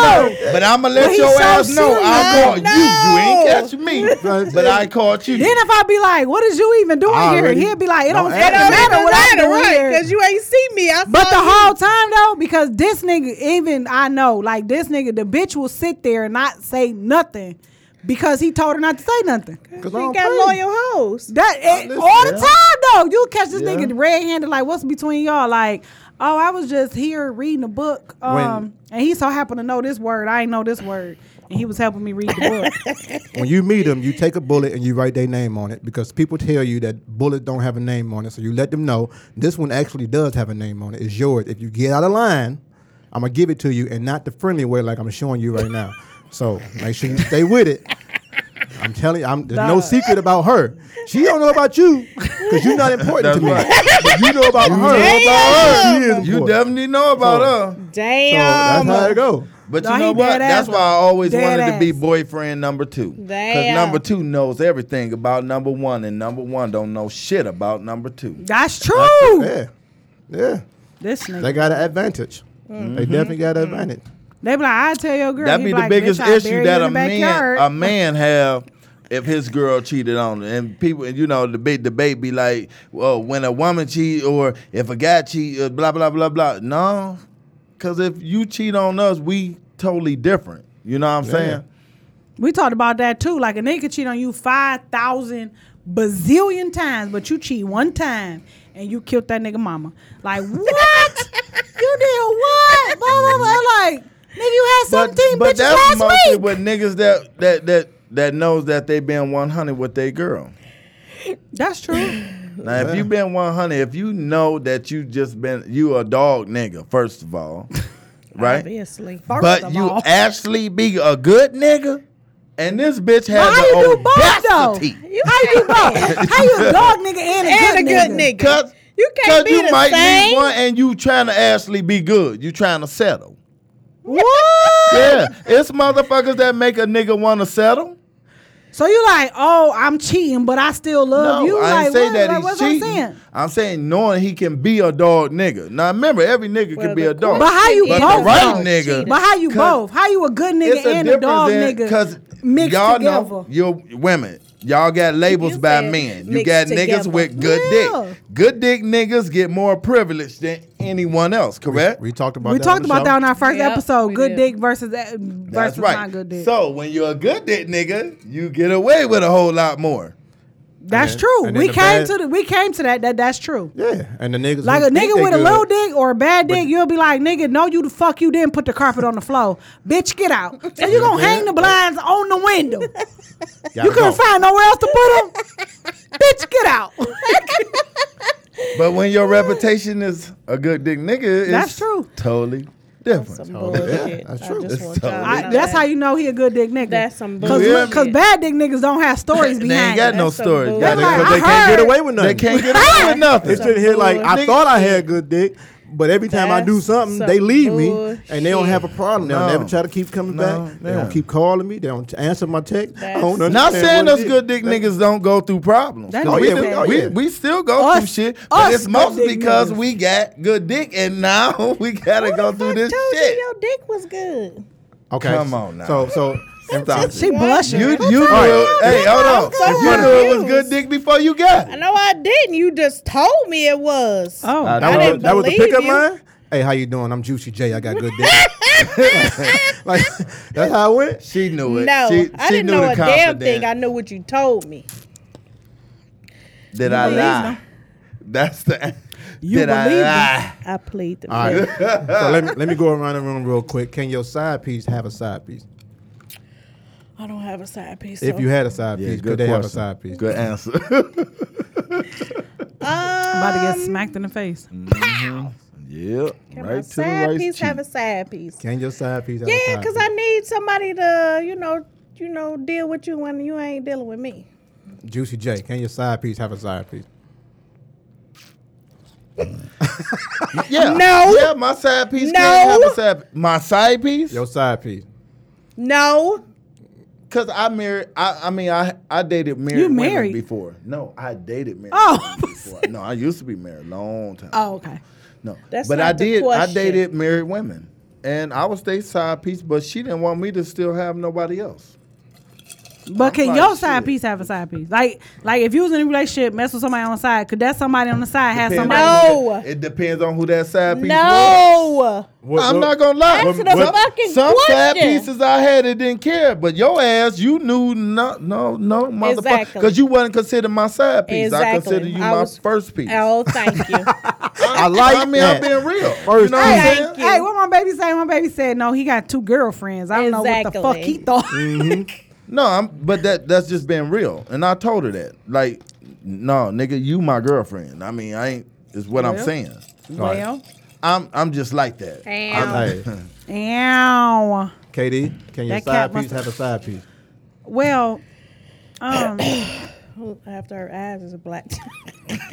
S6: no, but I'm gonna let
S4: But
S6: your
S4: he's so
S6: ass know I
S4: serious.
S6: caught
S4: (laughs)
S6: you. You ain't catch me, but I caught you.
S4: Then if I be like, what is you even doing
S3: I
S4: here?
S3: already-
S4: He'll be like, it
S3: No,
S4: don't,
S3: it
S4: fucking
S3: don't
S4: matter what I'm doing here.
S7: Because you ain't see me. I
S4: But
S7: saw
S4: the
S7: you.
S4: whole time though, because this nigga, even I know, like this nigga, the bitch will sit there and not say nothing because he told her not to say nothing.
S3: 'Cause I
S7: She
S3: don't
S7: got
S3: play.
S7: loyal hoes.
S4: That it,
S3: listen,
S4: all the
S3: yeah.
S4: time though. You catch this
S6: Yeah.
S4: nigga red handed, like what's between y'all? Like, oh, I was just here reading a book, um,
S3: When-
S4: and he so happened to know this word. I ain't know this word, and he was helping me read the book.
S3: when you meet them, you take a bullet and you write their name on it because people tell you that bullets don't have a name on it. So you let them know this one actually does have a name on it. It's yours. If you get out of line, I'm gonna give it to you, and not the friendly way like I'm showing you right now. So make sure you stay with it. I'm telling you, I'm, there's no
S4: Dog.
S3: secret about her. She don't know about you because you're not important to me.
S6: That's
S3: But you know about her.
S7: Damn.
S3: She is
S6: You
S3: important.
S6: definitely know about her.
S3: So that's
S7: Damn.
S3: how it go.
S6: But
S4: No,
S6: you know
S4: he
S6: what?
S4: dead
S6: That's
S4: ass
S6: why I always
S4: Dead
S6: wanted to be
S4: ass.
S6: boyfriend number two. Because
S7: Damn.
S6: number two knows everything about number one, and number one don't know shit about number two.
S4: That's true.
S3: Yeah, yeah.
S4: This nigga,
S3: They got an advantage. They definitely got an advantage.
S4: they be like, I tell your girl,
S6: That'd
S4: He
S6: be the
S4: like,
S6: biggest
S4: "Bitch, I
S6: issue
S4: buried
S6: that
S4: you
S6: a
S4: in the
S6: man
S4: backyard."
S6: a man have if his girl cheated on him. And people, and you know, the big debate be like, well, when a woman cheat or if a guy cheat, uh, blah blah blah blah. No, because if you cheat on us, we totally different. You know what I'm saying?
S4: We talked about that too. Like a nigga cheat on you five thousand bazillion times, but you cheat one time and you killed that nigga mama.
S6: (laughs)
S4: Like what? you did what? Blah blah blah. Like nigga, you had seventeen bitches
S6: that's
S4: last
S6: mostly
S4: week.
S6: with niggas that that that that knows that they been 100 with their girl.
S4: That's true.
S6: Now, if you been 100, if you know that you just been you a dog nigga, first of all, right?
S7: Obviously.
S4: First
S6: but
S4: of
S6: you
S4: all.
S6: actually be a good nigga, and this bitch
S4: Well,
S6: has
S4: how you do both
S6: the
S4: though?
S6: audacity.
S4: How you do both? How you
S6: (laughs)
S4: a dog nigga and a
S7: And a
S4: good
S7: good
S4: nigga?
S7: nigga.
S6: Cause
S7: You can't
S6: 'cause
S7: be
S6: you
S7: the
S6: might
S7: same.
S6: need one, and you trying to actually be good. You trying to settle.
S4: What?
S6: Yeah, it's motherfuckers that make a nigga want to settle.
S4: So you like, oh, I'm cheating, but I still love
S6: No,
S4: you.
S6: I
S4: like,
S6: ain't say
S4: what?
S6: that
S4: Like,
S6: he's
S4: what's
S6: cheating.
S4: I'm saying?
S6: I'm saying knowing he can be a dog nigga. Now remember, every nigga
S7: Well,
S6: can be
S7: the
S6: a dog.
S4: But how you
S7: But
S4: both
S7: the
S6: right
S4: though?
S6: nigga-
S4: But how you
S6: 'Cause
S4: both? How you a good nigga and a, dog nigga
S6: because
S4: mixed
S6: y'all
S4: together?
S6: know your women. Y'all got labels
S7: You
S6: by
S7: said
S6: men. You
S7: mixed
S6: got
S7: together.
S6: niggas with good
S4: Yeah.
S6: dick. Good dick niggas get more privilege than anyone else. Correct.
S3: We talked about
S4: we
S3: that on
S4: talked
S3: the
S4: about
S3: show.
S4: that on our first
S7: Yep,
S4: episode.
S7: we
S4: Good
S7: did.
S4: dick versus uh, versus
S6: That's right.
S4: not good dick.
S6: So when you're a good dick nigga, you get away with a whole lot more.
S3: And
S4: that's
S3: then-
S4: true.
S3: and then
S4: We
S3: the
S4: came
S3: bad-
S4: to the, we came to that that that's true.
S3: Yeah, and the niggas
S4: Like
S3: who
S4: a
S3: think
S4: nigga
S3: they
S4: with a
S3: good,
S4: low dick or a bad dick, you'll be like, nigga, no, you the fuck, you didn't put the carpet on the floor. Bitch, get out. So you gonna hang the blinds on the window.
S3: gotta
S4: You couldn't
S3: go.
S4: find nowhere else to put them. Bitch, get out.
S6: But when your reputation is a good dick nigga, it's
S4: That's true.
S6: Totally different.
S7: Some bullshit.
S3: that's
S7: I
S3: true.
S7: just
S3: That's
S7: want y'all to
S4: I,
S7: know
S4: that's
S7: that.
S4: how you know he a good dick nigga.
S7: That's some
S4: Cause,
S7: bullshit.
S4: cause bad dick niggas don't have stories
S6: (laughs) They ain't
S4: behind.
S6: got
S4: it.
S6: no
S7: That's some
S6: stories.
S7: bull-
S6: Got
S3: They,
S6: that-
S3: but
S4: Like, I
S3: they can't
S4: heard-
S3: get away with nothing.
S6: They can't get
S4: (laughs)
S6: away with nothing.
S3: It's sitting here like I
S7: Bullshit.
S3: thought I had good dick, but every time I do
S7: That's
S3: something,
S7: some
S3: they leave me and they don't
S7: bullshit.
S3: have a problem. They'll
S6: No.
S3: never try to keep coming
S6: No,
S3: back. They
S6: yeah.
S3: don't keep calling me. They don't answer my text. I
S7: That's-
S3: don't
S6: Not
S3: understand
S6: saying
S3: what
S6: those
S3: it
S6: good
S3: is.
S6: dick niggas don't go through problems.
S4: That
S6: No,
S4: nigga
S6: we,
S4: said
S6: do-
S4: that.
S6: we, we still go
S4: Us-
S6: through shit, but
S4: us
S6: it's
S4: good
S6: mostly
S4: dick
S6: because
S4: niggas.
S6: we got good dick, and now (laughs) we gotta go through this
S7: told
S6: shit.
S7: you your dick was good.
S3: Okay,
S6: Come on now.
S3: So so
S6: (laughs) Stop
S4: She
S6: it.
S4: blushing.
S6: You, you knew it. Hey, hold
S7: I'm
S6: on.
S7: so
S6: You knew it was good
S7: confused.
S6: dick before you got
S7: I
S6: it.
S7: know I didn't. You just told me it was.
S4: oh,
S6: I
S3: that was,
S7: didn't
S3: that was the
S7: believe
S3: pickup
S7: you.
S3: line. Hey, how you doing? I'm Juicy J. I got good dick. (laughs) like that's how it went.
S6: She knew it.
S7: No,
S6: she,
S7: I
S6: she
S7: didn't
S6: knew
S7: know
S6: the
S7: a damn thing. I
S6: confidence.
S7: knew what you told me.
S6: Did I lie? That's the.
S4: You
S6: Did I
S4: believe me.
S6: lie?
S7: I plead the fifth.
S3: All right. so let me, let me go around the room real quick. Can your side piece have a side piece?
S4: I don't have a side piece.
S3: If
S4: so-
S3: you had a side piece, could they have a
S6: question.
S3: side piece?
S6: Good answer. (laughs)
S4: I'm about to get smacked in the face.
S6: Mm. yep.
S7: Can my
S6: right to the
S7: side
S6: rice
S7: piece have a
S6: cheek.
S7: side piece?
S3: Can your side piece have a
S7: Yeah,
S3: side
S7: because
S3: piece?
S7: I need somebody to, you know, you know, deal with you when you ain't dealing with me.
S3: Juicy J, can your side piece have a side piece?
S6: Yeah.
S7: No.
S6: Yeah, my side piece
S7: No.
S6: can't have a side. My side piece.
S3: Your side piece.
S7: No.
S6: Cause I married. I, I mean, I I dated married, women
S4: married?
S6: before. No, I dated married.
S4: Oh.
S6: women before. no, I used to be married a long time.
S4: Oh, okay.
S6: No,
S7: That's
S6: but
S7: not
S6: I
S7: the
S6: did. I
S7: question.
S6: dated married women, and I was their side piece. But she didn't want me to still have nobody else.
S4: But can
S6: like,
S4: your side
S6: shit.
S4: piece have a side piece? Like, like if you was in a relationship, mess with somebody on the side, could that somebody on the side have
S6: Depends
S4: somebody?
S7: No.
S6: on who that- It depends on who that side piece. was.
S4: Oh.
S7: No.
S3: What-
S6: I'm
S3: what-
S6: not gonna lie.
S7: Answer the
S6: Some-
S7: fucking
S6: some side
S7: question.
S6: pieces I had it didn't care, but your ass, you knew no, no, no, motherfucker,
S7: Exactly.
S6: because you wasn't considered my side piece. I consider you my
S7: was-
S6: first piece.
S7: Oh, thank you.
S6: (laughs) I like. I mean, I'm
S3: that.
S6: being real. you
S3: First
S6: know what I'm
S7: piece.
S6: saying?
S7: Thank you.
S4: Hey, what my baby say? My baby said no. He got two girlfriends. I don't know what the fuck he
S7: Exactly.
S4: thought.
S6: Mm.
S4: (laughs)
S6: No, I'm, but that that's just being real, and I told her that. Like, no, nigga, you my girlfriend. I mean, I ain't. Is what I'm
S4: Well.
S6: saying.
S4: well,
S6: I'm I'm just like that.
S7: Damn.
S3: Hey,
S4: ow.
S3: KD, can your
S4: That cat
S3: side piece
S4: must-
S3: have a side piece?
S4: Well, um.
S7: After her eyes is black. (laughs)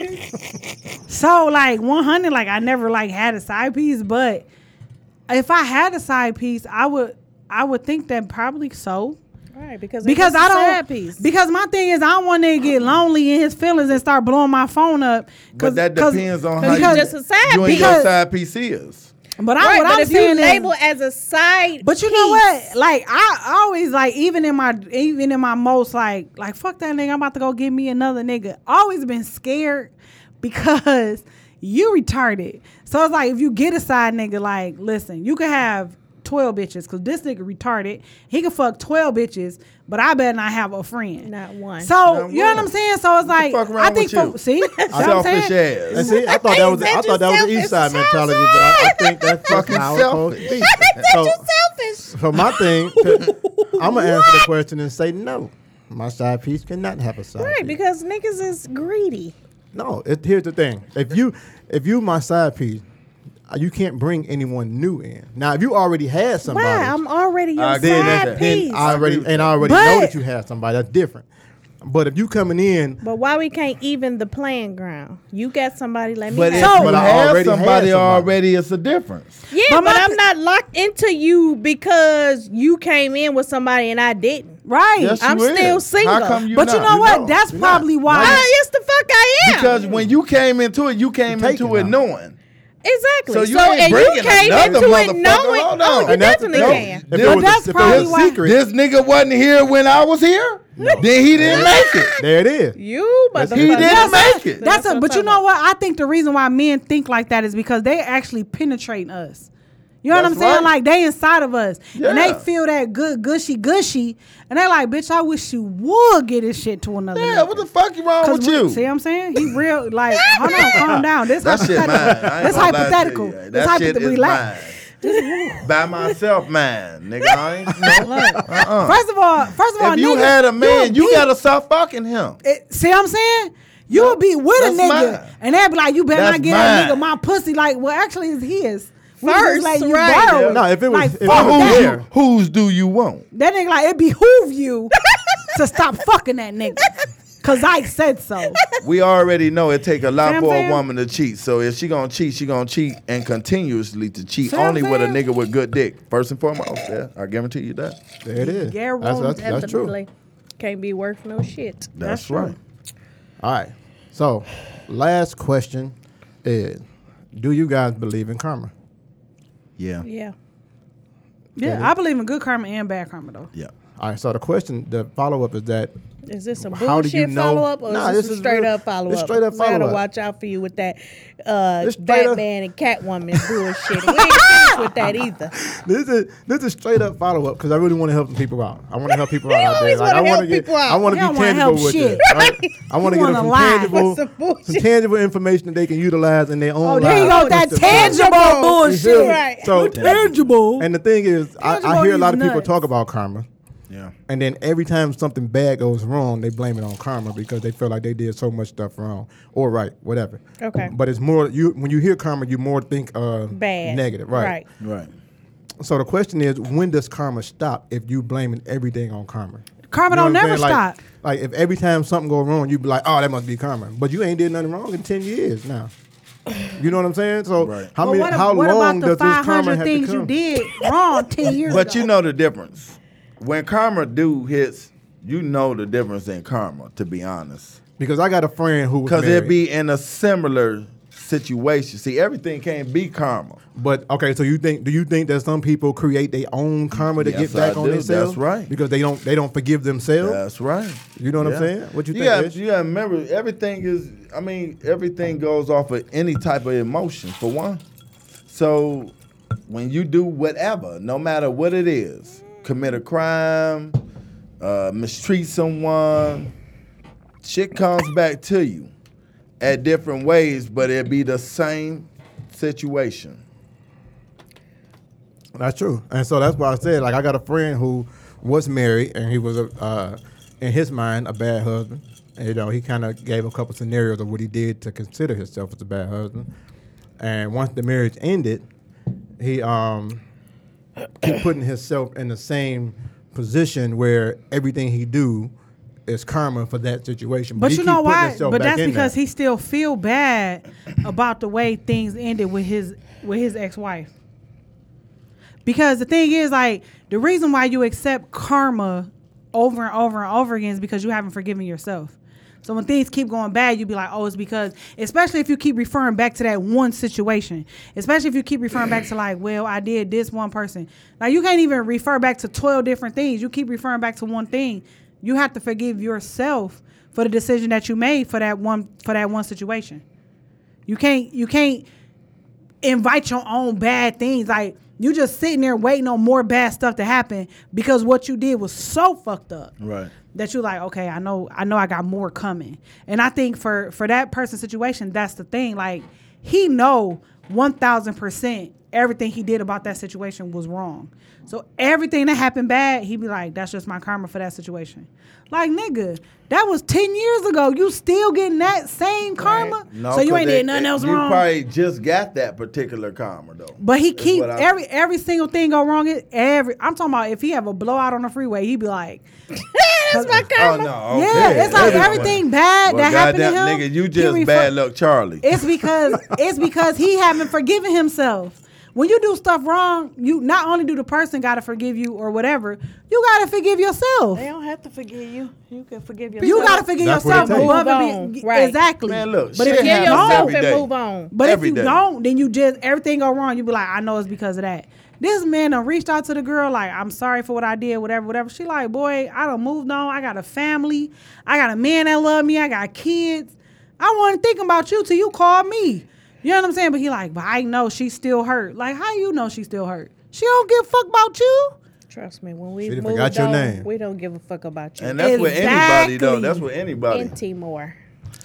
S4: So like 100, like I never like had a side piece, but if I had a side piece, I would I would think that probably so.
S7: right, because it
S4: Because
S7: was a
S4: I don't
S7: side piece.
S4: because my thing is I don't want to get lonely in his feelings and start blowing my phone up.
S6: But that depends on how
S4: because,
S6: you,
S7: just a side
S6: you and your
S4: because-
S6: side piece is.
S4: But I,
S7: Right,
S4: what
S7: but
S4: I'm
S7: if you
S4: saying
S7: label
S4: is,
S7: as a side,
S4: but you know
S7: (laughs)
S4: what? Like I always like even in my even in my most like like fuck that nigga. I'm about to go get me another nigga. Always been scared because you retarded. So it's like if you get a side nigga, like listen, you could have. 12 bitches because this nigga retarded he could fuck 12 bitches but i better not have a friend
S7: Not one.
S4: so
S6: Not
S4: you know what
S6: one.
S4: i'm saying so it's like
S6: fuck wrong
S4: i think
S6: with you?
S4: for,
S6: (laughs)
S4: see That's what I'm
S6: Selfish
S4: saying.
S6: ass.
S3: And see, I thought that was
S7: Ain't
S3: I
S7: that
S3: thought that was the East Side
S7: yourself? It's
S3: mentality, but I, I think that's fucking
S6: Fucking
S3: how it's supposed to be. So,
S7: selfish.
S3: so my
S7: (laughs)
S3: thing, I'm gonna answer the question and say no. My side piece cannot have a side.
S7: Right,
S3: piece.
S7: because niggas is greedy.
S3: No, it, here's the thing. If you if you my side piece, uh, you can't bring anyone new in. Now, if you already had somebody,
S7: Why? I'm already your
S6: I did that.
S7: side
S6: Then
S7: piece.
S3: I already and I already know that you had somebody. That's different. But if you coming in,
S7: But why we can't even the playing ground? You got somebody. Let me.
S6: But
S7: have
S6: if
S4: So-
S6: you
S3: But I
S6: have
S3: already had
S6: somebody
S3: somebody.
S6: already, it's a difference.
S7: Yeah,
S4: But
S7: but,
S4: my
S7: I'm
S4: th-
S7: not locked into you because you came in with somebody and I didn't.
S4: right
S6: Yes,
S7: I'm
S6: you is.
S7: still single.
S6: How come you
S4: but you
S6: not?
S4: know what
S6: not.
S4: that's
S6: You're not.
S4: probably why
S7: Ah, yes, the fuck I am.
S6: Because when you came into it, you came
S3: You
S6: into it
S3: taking
S6: knowing.
S7: exactly.
S6: So
S7: So,
S6: you ain't
S7: and you
S6: bringing
S7: came
S6: another
S7: into it
S6: motherfucker.
S7: knowing.
S6: Hold on.
S7: Oh, you
S6: And
S3: that's the
S7: definitely
S3: thing.
S7: can.
S3: If it
S6: But
S3: was a-
S4: that's
S3: if it was
S4: probably
S3: a
S4: why-
S3: secret,
S6: This nigga wasn't here when I was here. Then he didn't make it.
S3: there it is.
S7: You motherfucker.
S6: He didn't make it.
S4: That's,
S7: That's
S4: a,
S7: what
S4: but
S7: I'm
S4: you
S7: talking
S4: know what? I think the reason why men think like that is because they actually penetrating us. You know what I'm
S6: That's
S4: saying?
S6: right.
S4: Like they inside of us, and
S6: Yeah.
S4: they feel that good gushy gushy, and they like, bitch, I wish you would get this shit to another.
S6: Yeah,
S4: nigga."
S6: what the fuck wrong
S4: 'Cause
S6: with
S4: we-
S6: you?
S4: See what I'm saying? He real like,
S6: (laughs)
S4: hold on, calm down. This
S6: That shit mine.
S4: hypothetical.
S6: I ain't
S4: This
S6: gonna lie to
S4: hypothetical.
S6: you.
S4: This
S6: That shit
S4: hypothetical.
S6: is
S4: Relax.
S6: mine. By myself, man, nigga.
S4: (laughs)
S6: I ain't. No. Uh-uh.
S4: First of all, first of all,
S6: If you
S4: oh, nigga,
S6: had a man,
S4: would
S6: you
S4: be-
S6: gotta stop fucking him.
S4: It, Eh, see what I'm saying? You would be with a
S6: that's
S4: nigga,
S6: mine.
S4: and they'd be like, "You better
S6: That's
S4: not get that
S6: mine.
S4: nigga my pussy." Like, well, actually, it's his. We just
S7: First,
S4: let you
S7: right.
S4: borrow it.
S3: No, if it was-
S4: Like,
S3: if it
S4: fuck
S3: was
S4: that.
S6: Who's,
S3: there.
S6: whose do you want?
S4: That nigga like it behoove you to stop fucking that nigga, cause I said so.
S6: We already know it take a lot
S4: See what
S6: for
S4: I'm saying?
S6: a woman to cheat. So if she gonna cheat, she gonna cheat and continuously to cheat
S4: See what
S6: only
S4: I'm
S6: with a
S4: saying?
S6: nigga with good dick. First and foremost, yeah, I guarantee you that.
S3: There it is.
S4: Yeah,
S3: That's,
S4: wrong,
S3: that's, that's true.
S7: (laughs) Definitely Can't be worth no shit.
S6: That's,
S4: That's
S6: right.
S3: All right. So, last question is: Do you guys believe in karma?
S6: Yeah.
S7: Yeah.
S4: Yeah, I believe in good karma and bad karma though.
S6: Yeah.
S3: All right. So the question, the follow up is that
S7: Is this a
S3: How do you
S7: bullshit
S3: know-
S7: follow up or
S3: Nah,
S7: is this,
S3: this
S7: a
S3: is
S7: straight
S3: real-
S7: up follow
S3: this
S7: up?
S3: straight up
S7: I gotta
S3: follow-up.
S7: watch out for you with that uh,
S3: This straight up-
S7: Batman and
S3: (laughs)
S7: Catwoman bullshit. We ain't finished with that either.
S3: this is this is straight up follow up because I really want to help people out. I want to help
S4: (laughs)
S3: people out.
S7: You
S3: out there.
S7: always
S3: Like, I
S7: wanna
S3: wanna
S7: help
S3: get,
S7: people out.
S3: I want
S4: You
S3: to
S4: don't
S3: be
S4: wanna
S3: tangible
S4: help
S3: with
S4: shit.
S3: this. right? I want to
S4: (laughs) You
S3: get them some
S4: wanna lie.
S3: tangible,
S7: That's some
S3: some,
S7: bullshit.
S3: tangible information that they can utilize in their own.
S4: Oh, there you
S3: lives.
S4: go, that
S3: Just to-
S4: tangible
S3: You feel me?
S4: bullshit.
S7: Right.
S3: So
S4: Tangible.
S3: And the thing is, I, I
S4: Tangible
S3: hear a
S4: is
S3: lot of people
S4: nuts.
S3: talk about karma,
S6: Yeah.
S3: And then every time something bad goes wrong, they blame it on karma because they feel like they did so much stuff wrong or right, whatever.
S7: Okay.
S3: But it's more you when you hear karma, you more think uh,
S7: Bad.
S3: negative, right?
S7: Right.
S6: Right.
S3: So the question is, when does karma stop if you blaming everything on karma?
S4: Karma
S3: You know
S4: don't
S3: what I'm
S4: never
S3: saying? Like-
S4: stop.
S3: Like if every time something go wrong, you be like, oh, that must be karma. But you ain't did nothing wrong in ten years now. You know what I'm saying? So
S6: Right.
S3: how
S4: But
S3: many?
S4: what,
S3: how
S4: what
S3: long does
S4: about the
S3: this karma
S4: 500
S3: have
S4: things
S3: to
S4: you
S3: come?
S4: did wrong 10 years
S6: But
S4: ago?
S6: you know the difference. When karma do hits, you know the difference in karma, to be honest.
S3: Because I got a friend who was
S6: Because
S3: married.
S6: it'd be in a similar situation. See, everything can't be karma.
S3: But okay, so you think? Do you think that some people create their own karma to
S6: Yes,
S3: get back
S6: I
S3: on
S6: do.
S3: themselves?
S6: That's right.
S3: Because they don't they don't forgive themselves.
S6: That's right.
S3: You know what I'm
S6: Yeah.
S3: saying? What you think,
S6: gotta-
S3: Rich?
S6: you gotta remember, everything is, I mean, everything goes off of any type of emotion, for one. So when you do whatever, no matter what it is, commit a crime, uh, mistreat someone, shit comes back to you at different ways, but it be the same situation.
S3: That's true. And so that's why I said, like, I got a friend who was married and he was, a, uh, in his mind, a bad husband. And, you know, he kind of gave a couple scenarios of what he did to consider himself as a bad husband. And once the marriage ended, he um, (coughs) kept putting himself in the same position where everything he do is karma for that situation.
S4: But
S3: he
S4: you
S3: keep
S4: know
S3: putting
S4: why?
S3: himself
S4: But
S3: back
S4: that's
S3: in
S4: because
S3: there.
S4: he still feel bad about the way things ended with his with his ex wife. Because the thing is, like the reason why you accept karma over and over and over again is because you haven't forgiven yourself. So when things keep going bad, you be like, oh, it's because. Especially if you keep referring back to that one situation. Especially if you keep referring back to like, well, I did this one person. Like you can't even refer back to twelve different things. You keep referring back to one thing. You have to forgive yourself for the decision that you made for that one for that one situation. You can't you can't invite your own bad things. Like you just sitting there waiting on more bad stuff to happen because what you did was so fucked up
S6: Right.
S4: that you're like, okay, I know I know I got more coming. And I think for for that person's situation, that's the thing. Like he know one thousand percent everything he did about that situation was wrong. So everything that happened bad, he be like, that's just my karma for that situation. Like nigga, that was ten years ago. You still getting that same karma? so you
S6: 'cause
S4: ain't
S6: they-
S4: did nothing else
S6: you
S4: wrong.
S6: probably just got that particular karma though.
S4: But he
S6: That's
S4: keep
S6: what I-
S4: every every single thing go wrong. It every I'm talking about if he have a blowout on the freeway, he be like, (laughs)
S6: (laughs)
S7: That's my
S6: Oh
S7: karma.
S6: no!
S4: yeah,
S6: okay.
S4: it's like
S6: Everyone.
S4: everything bad
S6: Well,
S4: that happened to him.
S6: goddamn, nigga, you
S4: he
S6: just
S4: refer-
S6: bad luck, Charlie.
S4: It's because it's because he haven't forgiven himself. When you do stuff wrong, you not only do the person got to forgive you or whatever, you got to forgive yourself.
S2: They don't have to forgive you. You can forgive yourself.
S4: You got to forgive
S3: That's what
S4: yourself
S3: it takes.
S4: above
S7: Move
S4: and be,
S7: on, right.
S4: exactly.
S6: Man, look,
S4: but
S6: shit
S4: if you
S7: Forgive
S6: happens
S4: don't,
S7: yourself
S6: every
S7: and
S6: day.
S7: move on.
S4: But
S6: Every
S4: if you
S6: day.
S4: don't, then you just everything go wrong. You be like, I know it's because of that. This man done reached out to the girl like, I'm sorry for what I did, whatever, whatever. She like, boy, I done moved on. I got a family. I got a man that love me. I got kids. I wasn't thinking about you till you called me. You know what I'm saying? But he like, but I know she's still hurt. Like, how you know she's still hurt? She don't give a fuck about you.
S7: Trust me, when we
S3: She done
S7: moved
S3: forgot your
S7: on,
S3: name.
S7: we don't give a fuck about you.
S6: and that's with anybody though.
S4: Exactly.
S6: That's with anybody.
S7: Plenty more.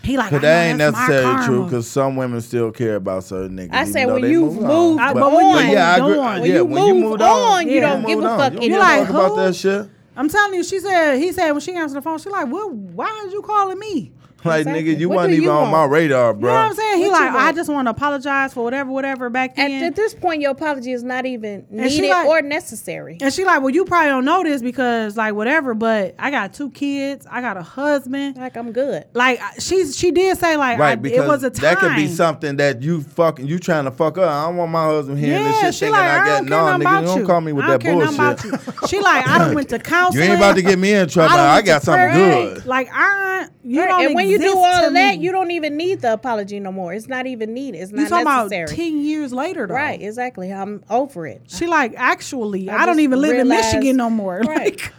S4: He like, I
S6: Cause
S4: know
S6: that ain't
S4: that's my
S6: necessarily true.
S4: karma.
S6: Cause some women still care about certain niggas.
S7: I
S6: even
S7: say
S6: though
S7: when
S6: they
S7: you've
S6: move
S7: moved
S6: on.
S4: on, but when you
S6: yeah, I
S4: moved
S6: agree.
S4: on.
S6: yeah,
S7: When you
S6: you
S7: move
S6: moved
S7: on, you don't give
S6: moved
S7: a
S6: on.
S7: fuck
S6: You
S7: anymore.
S6: don't give a fuck
S4: Who?
S6: about that shit.
S4: I'm telling you, she said. He said when she answered the phone, she like, well, why is you calling me?
S6: Like
S7: Exactly.
S6: nigga, you
S7: What do
S6: wasn't even
S7: you
S6: on my
S7: want?
S6: radar, bro.
S4: You know what I'm saying? He
S7: What you
S4: like, I
S7: want?
S4: just want to apologize for whatever, whatever back
S7: At
S4: then.
S7: th- this point, your apology is not even
S4: And she
S7: needed
S4: like-
S7: or necessary.
S4: and she like, well, you probably don't know this because like whatever, but I got two kids, I got a husband.
S7: Like I'm good.
S4: Like I- she's she did say like I,
S6: Right, because
S4: it was a time.
S6: that could be something that you fucking you trying to fuck up. I don't want my husband hearing
S4: Yeah,
S6: this shit
S4: she
S6: thinking
S4: like,
S6: I
S4: I,
S6: got
S4: don't care
S6: no
S4: nothing
S6: nigga.
S4: about
S6: You
S4: you.
S6: don't call me with
S4: I don't
S6: that
S4: care nothing
S6: bullshit.
S4: About you. She like, I done went to
S6: (laughs) You
S4: counseling.
S6: ain't about to get me in trouble.
S4: done
S6: I,
S4: went to
S6: got something
S4: therapy.
S6: good.
S4: Like I, you
S7: Right,
S4: don't
S7: and when you do
S4: exist
S7: all
S4: to
S7: of that,
S4: me.
S7: you don't even need the apology no more. It's not even needed. It's
S4: You
S7: not
S4: talking
S7: necessary.
S4: about ten years later though?
S7: right? Exactly. I'm over it.
S4: She like actually,
S7: I
S4: I, don't
S7: just
S4: even live in
S7: realized-
S4: Michigan no more. (laughs)
S7: Right.
S4: Like,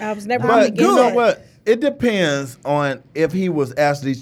S7: I was never.
S6: But
S7: gonna
S6: you
S7: get
S6: know
S7: that.
S6: what? It depends on if he was actually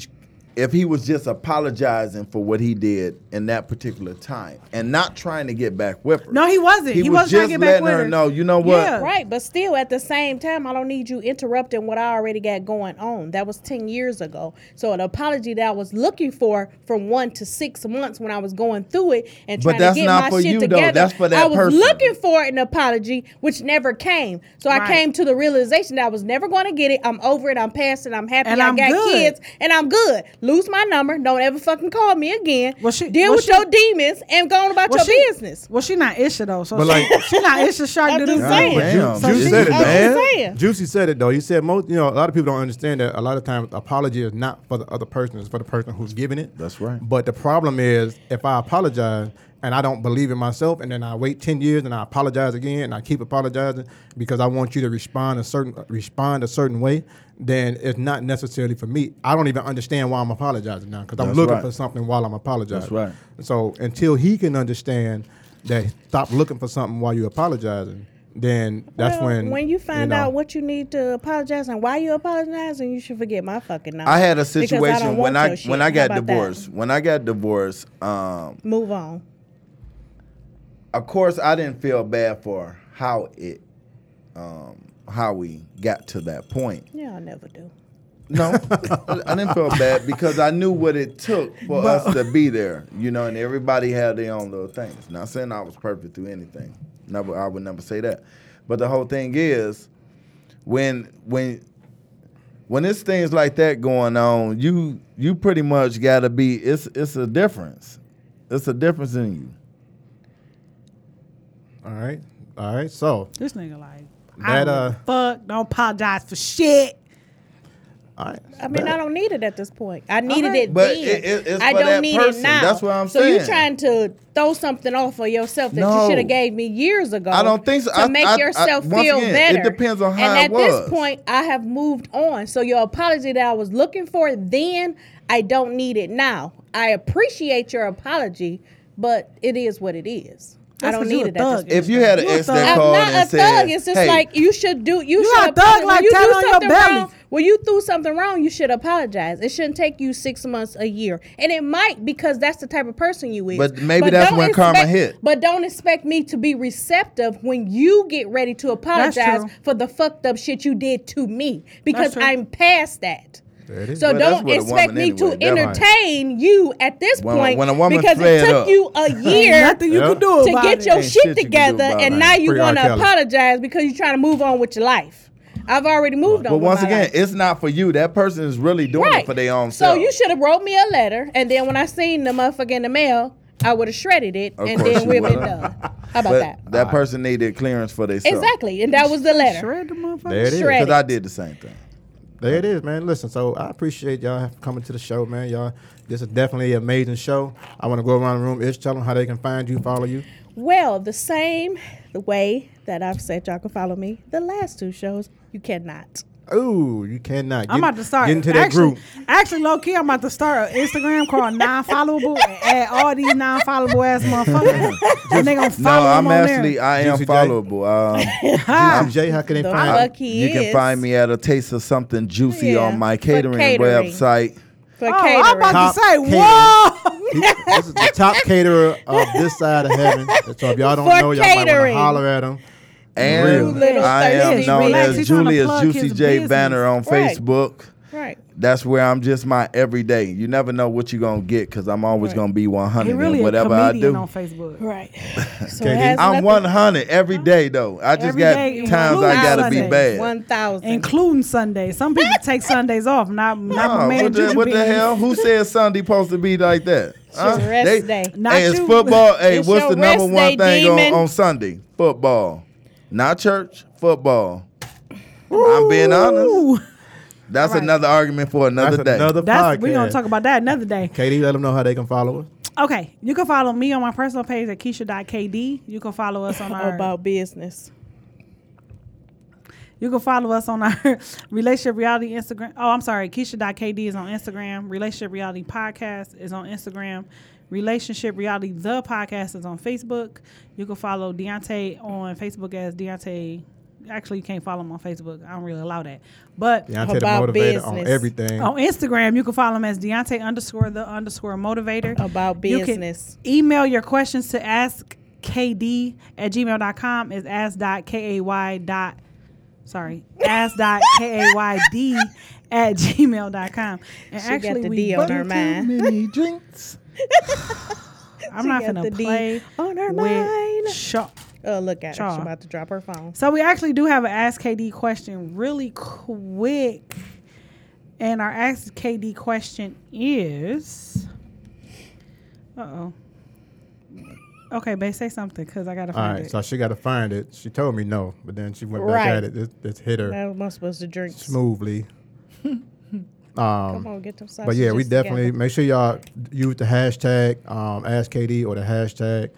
S6: if he was just apologizing for what he did in that particular time and not trying to get back with her.
S4: No, he wasn't. He
S6: was
S4: wasn't trying to
S6: just
S4: get back
S6: letting
S4: with
S6: her
S4: her.
S6: know. You know what?
S4: Yeah.
S7: Right, but still at the same time, I don't need you interrupting what I already got going on. That was 10 years ago. So, an apology that I was looking for from one to six months when I was going through it and
S6: But
S7: trying
S6: that's
S7: to get
S6: not
S7: my
S6: for
S7: shit
S6: you, though.
S7: together,
S6: That's for that
S7: I was
S6: person.
S7: looking for an apology, which never came. So, I
S4: Right.
S7: came to the realization that I was never going to get it. I'm over it. I'm past it. I'm happy.
S4: And
S7: I
S4: I'm
S7: got
S4: good.
S7: kids and I'm good. Lose my number. Don't ever fucking call me again.
S4: Well, she-
S7: Deal
S4: well,
S7: with
S4: she-
S7: your demons and go on about
S4: Well,
S7: your
S4: she-
S7: business.
S4: Well, she not Isha though, so
S3: But,
S4: she,
S3: like-
S4: she not Isha Shark.
S7: I'm
S4: do
S7: just
S4: do.
S7: saying.
S6: Damn.
S4: So
S3: Juice
S4: she-
S3: said it,
S7: I'm just
S3: man.
S7: saying.
S3: Juicy said it though. He said most, you know, a lot of people don't understand that a lot of times apology is not for the other person, it's for the person who's giving it.
S6: That's right.
S3: But the problem is if I apologize and I don't believe in myself and then I wait 10 years and I apologize again and I keep apologizing because I want you to respond a certain respond a certain way, then it's not necessarily for me. I don't even understand why I'm apologizing now because I'm
S6: That's
S3: looking
S6: right.
S3: for something while I'm apologizing.
S6: That's right.
S3: So until he can understand that stop looking for something while you're apologizing, then that's
S7: Well,
S3: when
S7: you find
S3: know,
S7: out what you need to apologize and why you apologizing, you should forget my fucking number.
S6: I had a
S7: Because I
S6: situation
S7: don't
S6: when
S7: want
S6: I
S7: your shit.
S6: when I
S7: How
S6: got
S7: about that?
S6: divorced. When I got divorced, um,
S7: Move on.
S6: of course I didn't feel bad for how it um, how we got to that point.
S7: Yeah, I never do.
S6: No, (laughs) I didn't feel bad because I knew what it took for us to be there, you know, and everybody had their own little things. Not saying I was perfect through anything. Never, I would never say that. But the whole thing is, when when when it's things like that going on, you you pretty much got to be. It's it's a difference. It's a difference in you.
S3: All right, all right. So
S4: This nigga like
S3: That,
S4: I don't
S3: uh,
S4: fuck. Don't apologize for shit.
S3: all right.
S7: I mean, I don't need it at this point. I needed it
S6: But
S7: then.
S6: it- it- it's
S7: I
S6: for
S7: don't
S6: that
S7: need
S6: person.
S7: it now.
S6: That's what I'm
S7: so So
S6: saying.
S7: you trying to throw something off of yourself that
S6: No.
S7: you should have gave me years ago.
S6: I don't think so.
S7: To
S6: I-
S7: make
S6: I- I-
S7: yourself
S6: once
S7: feel
S6: again,
S7: better.
S6: it depends on how
S7: And
S6: it
S7: at
S6: was.
S7: this point, I have moved on. So your apology that I was looking for then, I don't need it now. I appreciate your apology, but it is what it is. I
S4: That's
S7: don't
S4: 'cause you
S7: need
S4: a
S7: it at this
S4: thug.
S7: point.
S6: If you had an
S4: You a
S6: ex that
S4: thug.
S7: I'm
S6: called
S7: not
S6: and
S7: a
S6: said,
S7: thug. It's just
S6: "Hey,
S7: like you should do. You,
S4: You
S7: should
S4: a thug
S7: apologize.
S4: like
S7: when you
S4: tatted
S7: do
S4: on your
S7: something
S4: belly.
S7: wrong. When you do something wrong, you should apologize. It shouldn't take you six months, a year, and it might because that's the type of person you is.
S6: But maybe that's
S7: don't
S6: when karma hit.
S7: But don't expect me to be receptive when you get ready to apologize
S4: true.
S7: for the fucked up shit you did to me because
S4: true.
S7: I'm past that.
S3: There it is.
S7: So
S6: Well, that's
S7: don't
S6: with a
S7: expect
S6: woman
S7: me
S6: anyway.
S7: to
S6: That might-
S7: entertain you at this
S6: When-
S7: point
S6: when a woman
S7: because
S6: fed
S7: it took
S6: up.
S7: you
S6: (laughs)
S7: a year
S4: Ain't nothing you
S3: Yeah.
S4: can do
S7: to
S4: about
S7: get
S4: it.
S7: your
S6: Ain't
S7: shit,
S6: shit you can do
S7: together,
S6: about
S7: and
S6: it.
S7: now you
S3: Free R.
S7: want to
S3: Kelly.
S7: apologize because you're trying to move on with your life. I've already moved on.
S6: But
S7: with
S6: once
S7: my
S6: again,
S7: life.
S6: it's not for you. That person is really doing
S7: right
S6: it for their own
S7: So
S6: self.
S7: you should have wrote me a letter, and then when I seen the motherfucker in the mail, I would have shredded it,
S6: Of
S7: and
S6: course
S7: then
S6: you
S7: we'd been
S6: would've. (laughs)
S7: done. How about
S6: But
S7: that?
S6: that person needed clearance for themselves.
S7: Exactly, and that was the letter.
S4: Shred the
S3: There it
S4: motherfucker.
S3: is.
S7: Shred.
S6: Because I did the same thing.
S3: There it is, man. Listen, so I appreciate y'all coming to the show, man. Y'all, this is definitely an amazing show. I want to go around the room. Ish, tell them how they can find you, follow you.
S7: Well, the same the way that I've said y'all can follow me. The last two shows, you cannot.
S3: Ooh, you cannot.
S4: I'm
S3: Get-
S4: about to start.
S3: Get into that
S4: actually,
S3: group.
S4: Actually, low key, I'm about to start an Instagram called Non-Followable and add all these non-followable ass
S6: (laughs)
S4: motherfuckers, and they gonna
S6: No,
S4: follow them
S6: I'm
S4: on
S6: actually,
S4: there.
S6: I am
S3: Juicy J.
S6: followable.
S7: (laughs)
S6: Um,
S4: Ha.
S3: Jay, how can they
S7: The
S3: find
S7: fuck he
S6: you can
S7: is.
S6: find me at a taste of something juicy
S7: Yeah,
S6: on my
S7: for
S6: catering,
S7: catering.
S6: website.
S7: For
S4: Oh,
S7: catering.
S4: I'm about
S3: Top
S4: to say,
S3: catering.
S4: whoa!
S3: you? He- this is the top caterer of this side of heaven. So if y'all don't
S7: (laughs) For
S3: know, y'all might want to
S7: catering.
S3: holler at him.
S6: And
S7: Real.
S6: I am
S7: Little
S6: known
S7: thirsty
S6: as
S7: bitch.
S4: He tryna
S6: Julius
S4: plug
S6: Juicy
S4: his
S6: J
S4: business.
S6: Banner on
S7: Right.
S6: Facebook.
S7: right.
S6: That's where I'm just my everyday. You never know what you're going to get because I'm always going to be 100
S4: He really
S6: in
S4: a
S6: whatever I do.
S4: comedian on Facebook.
S7: Right. So
S3: Katie,
S7: it has
S6: I'm
S7: nothing-
S6: 100 every day though. I just
S4: Every
S6: got
S4: day, you
S6: times
S4: include
S6: I gotta be
S4: Sundays.
S6: bad.
S7: One thousand.
S4: including Sundays. Some people take Sundays off. Not not my
S6: Oh,
S4: man
S6: what, the,
S4: Juju
S6: what the
S4: Bees.
S6: hell? Who said Sunday supposed to be like that? Huh?
S7: rest day.
S4: Not
S6: hey, it's
S4: you.
S7: (laughs)
S6: football. Hey,
S7: It's
S6: what's
S7: your
S6: the number
S7: rest
S6: one
S7: day,
S6: thing on,
S7: demon.
S6: on Sunday? Football, not church. Football. I'm being honest.
S4: Ooh,
S6: That's another argument for another
S3: That's
S6: day.
S3: another
S4: that's
S3: podcast.
S4: we're gonna talk about that another day.
S3: Katie, let them know how they can follow us.
S4: Okay, you can follow me on my personal page at Keisha.kd. You can follow us on our
S7: about business.
S4: you can follow us on our (laughs) relationship reality Instagram. Oh, I'm sorry, Keisha.kd is on Instagram. Relationship reality podcast is on Instagram. Relationship reality the podcast is on Facebook. You can follow Deontay on Facebook as Deontay actually you can't follow him on Facebook. I don't really allow that. But
S3: Deontay the
S7: About
S3: motivator on
S7: business.
S3: everything.
S4: on Instagram, you can follow him as Deontay underscore the underscore motivator.
S7: About
S4: You can
S7: business.
S4: email your questions to askkd at gmail.com is ask.kay dot
S7: (laughs)
S4: sorry ask.kay at gmail.com. And
S7: She got the
S4: we-
S7: D on her
S6: Too
S7: mind.
S6: many drinks.
S4: I'm not
S7: She got
S4: gonna
S7: the D
S4: play
S7: on her
S4: with
S7: mind.
S4: Shaw.
S7: Oh, look at her.
S4: Shaw.
S7: She's about to drop her phone.
S4: So we actually do have an Ask KD question really quick. And our Ask KD question is Uh oh. Okay, babe, say something because I gotta
S3: All
S4: find
S3: right,
S4: it.
S3: so she got to find it. She told me no, but then she went back
S7: Right.
S3: at it. It, it hit her
S7: That was supposed to drink.
S3: smoothly.
S7: Come
S3: um,
S7: on, get them
S3: but yeah, we
S7: sausages
S3: definitely
S7: together.
S3: make sure y'all use the hashtag um, Ask KD or the hashtag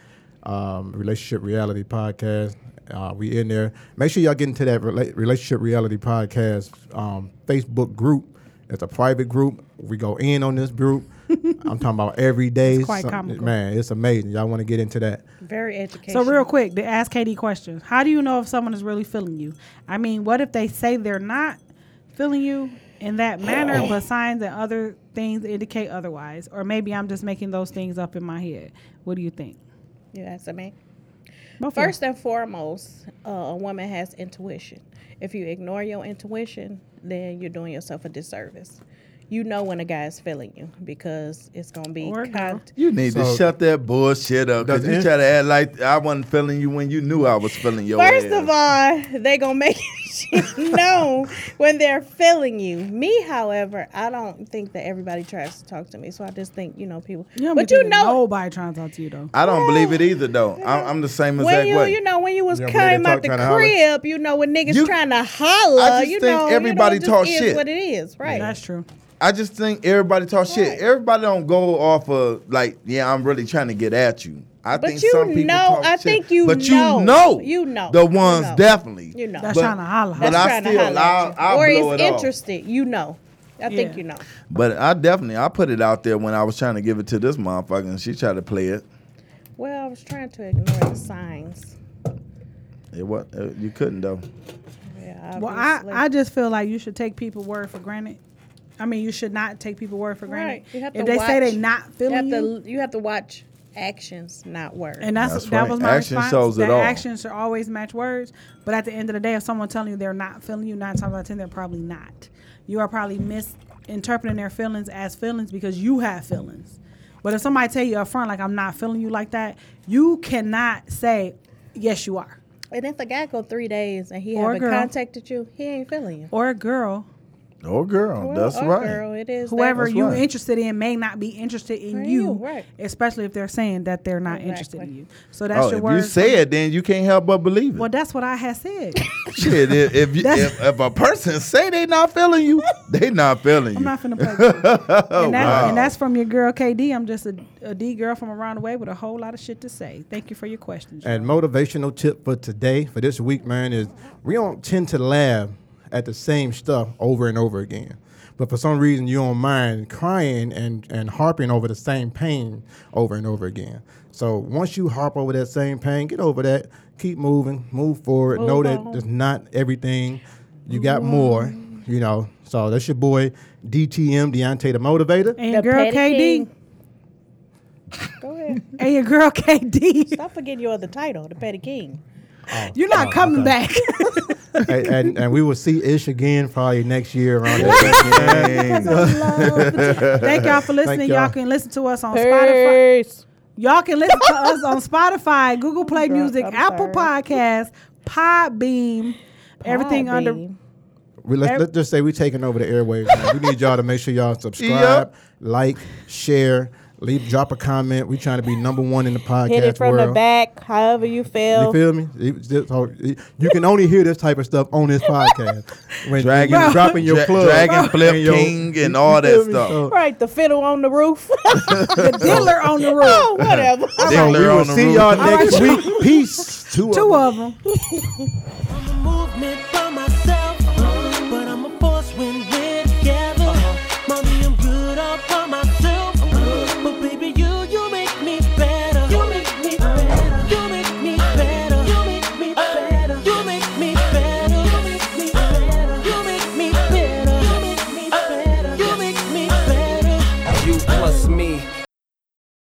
S3: um, Relationship Reality Podcast. Uh, we in there. Make sure y'all get into that rela- Relationship Reality Podcast um, Facebook group. It's a private group. We go in on this
S4: (laughs)
S3: group. I'm talking about every day.
S4: It's quite
S3: some-
S4: comical.
S3: Man, it's amazing. Y'all want to get into that.
S7: Very educational.
S4: So real quick, the ask KD question. How do you know if someone is really feeling you? I mean, what if they say they're not feeling you in that
S6: Oh.
S4: manner, but signs and other things indicate otherwise? Or maybe I'm just making those things up in my head. What do you think?
S7: You asked me.
S4: Both of you.
S7: First and foremost, uh, a woman has intuition. If you ignore your intuition, then you're doing yourself a disservice. You know when a guy is feeling you because it's gonna be
S4: Or a girl.
S7: con-
S6: You need
S3: So-
S6: to shut that bullshit up because
S3: Does
S6: you
S3: it-
S6: try to act like I wasn't feeling you when you knew I was feeling your
S7: First
S6: ass.
S7: of all, they gonna make (laughs) you know when they're feeling you. Me, however, I don't think that everybody tries to talk to me, so I just think you know people.
S4: You don't
S7: but
S4: be
S7: you
S4: thinking
S7: know,
S4: nobody trying to talk to you though.
S6: I don't believe it either though. I'm, I'm the same exact
S7: when you
S6: way.
S7: you know when you was
S3: Yeah, when they
S7: came out
S3: talk,
S7: the
S3: tryna holler.
S7: crib, you know when niggas
S6: You-
S7: trying to holler.
S6: I just
S7: you
S6: think
S7: know,
S6: everybody
S7: you know, it
S6: talk
S7: just is
S6: shit.
S7: What it is, right?
S4: That's true.
S6: I just think everybody talk shit. Everybody don't go off of like, yeah, I'm really trying to get at you. I
S7: But
S6: think
S7: you
S6: some people
S7: know-
S6: talk
S7: I
S6: shit,
S7: think you
S6: but
S7: know.
S6: you know,
S7: You know.
S6: the
S7: You
S6: ones
S7: know.
S6: definitely,
S7: You know.
S4: That's
S6: But-
S4: trying to holler.
S6: But
S7: That's
S6: I
S7: trying to
S6: still-
S7: holler at
S6: I'll-
S7: you.
S6: I'll
S7: or
S6: blow
S7: is
S6: it off.
S7: interested. You know, I think
S4: Yeah.
S7: you know.
S6: But I definitely, I put it out there when I was trying to give it to this motherfucker, and she tried to play it.
S7: Well, I was trying to ignore the signs.
S6: It was uh, you couldn't though.
S7: Yeah,
S4: Well, I,
S7: obviously.
S4: I just feel like you should take people word for granted. I mean, you should not take people word for granted.
S7: Right. You have
S4: if
S7: to
S4: they say
S7: watch.
S4: they're not
S7: you have
S4: feeling you,
S7: to you have to watch actions, not words.
S4: and that's,
S6: That's
S4: that
S6: right.
S4: was my
S6: Action
S4: response.
S6: shows it
S4: that
S6: all.
S4: actions should always match words. But at the end of the day, if someone telling you they're not feeling you, nine times out of ten, they're probably not. You are probably misinterpreting their feelings as feelings because you have feelings. But if somebody tell you up front, like I'm not feeling you like that, you cannot say, yes, you are.
S7: And if a guy go three days and he
S4: Or
S7: haven't
S4: girl.
S7: contacted you, he ain't feeling you.
S4: Or a girl
S6: Oh girl,
S7: Or-
S6: that's
S7: or
S6: right.
S7: Girl, it is that-
S4: whoever
S6: That's
S4: you're
S6: right.
S4: interested in may not be interested in
S7: Right,
S4: you,
S7: right.
S4: especially if they're saying that they're not interested in
S7: Exactly.
S4: you. So that's
S6: Oh,
S4: your
S6: if
S4: word.
S6: you say it, then you can't help but believe it.
S4: well, that's what I had said.
S6: (laughs) Shit, if if, you,
S4: That's-
S6: if if a person say they not feeling you, they not feeling you.
S4: I'm not finna play. with
S3: (laughs)
S4: you.
S3: Oh,
S4: and, that, and that's from your girl KD. I'm just a, a D girl from around the way with a whole lot of shit to say. Thank you for your questions.
S3: And motivational tip for today, for this week, man, is we don't tend to laugh at the same stuff over and over again. But for some reason, you don't mind crying and, and harping over the same pain over and over again. So once you harp over that same pain, get over that, keep moving, move forward. know that there's not everything, you got more, you know. So that's your boy, DTM, Deontay the Motivator.
S4: (laughs) And your
S7: The
S4: girl
S7: petty
S4: KD.
S7: king. Go ahead.
S4: (laughs) And your girl KD.
S7: Stop forgetting your other title, the Petty King.
S4: You're
S3: Oh,
S4: not coming back. (laughs)
S3: and, and, and we will see Ish again probably next year around that same time.
S4: Thank y'all for listening. Y'all.
S3: y'all.
S4: can listen to us on Spotify. Y'all can listen to us on Spotify, Google Play Music, Apple Podcasts, Podbeam, everything under.
S7: Podbeam.
S3: We let, let's just say we're taking over the airwaves. Man. We need y'all to make sure
S7: (laughs)
S3: y'all subscribe, like, share, leave, drop a comment. We trying to be number one in the podcast
S7: Hit it from
S3: world.
S7: the back, however you
S3: You
S7: feel.
S3: feel me? It was just- oh, it- You can only hear this type of stuff on this podcast. When
S6: Dragon-
S3: you dropping your
S6: Dra-
S3: plug,
S6: Dragon Flip
S3: and your-
S6: King and
S3: you
S6: all that
S3: feel me?
S6: stuff.
S3: So-
S7: right, the fiddle on the roof.
S4: (laughs) The dealer on the road.
S7: (laughs) oh, whatever.
S3: So we
S6: Diddler
S3: will
S6: on the
S3: see
S6: roof.
S3: y'all next week. Peace. Two,
S4: Two of them.
S1: I'm a movement by myself.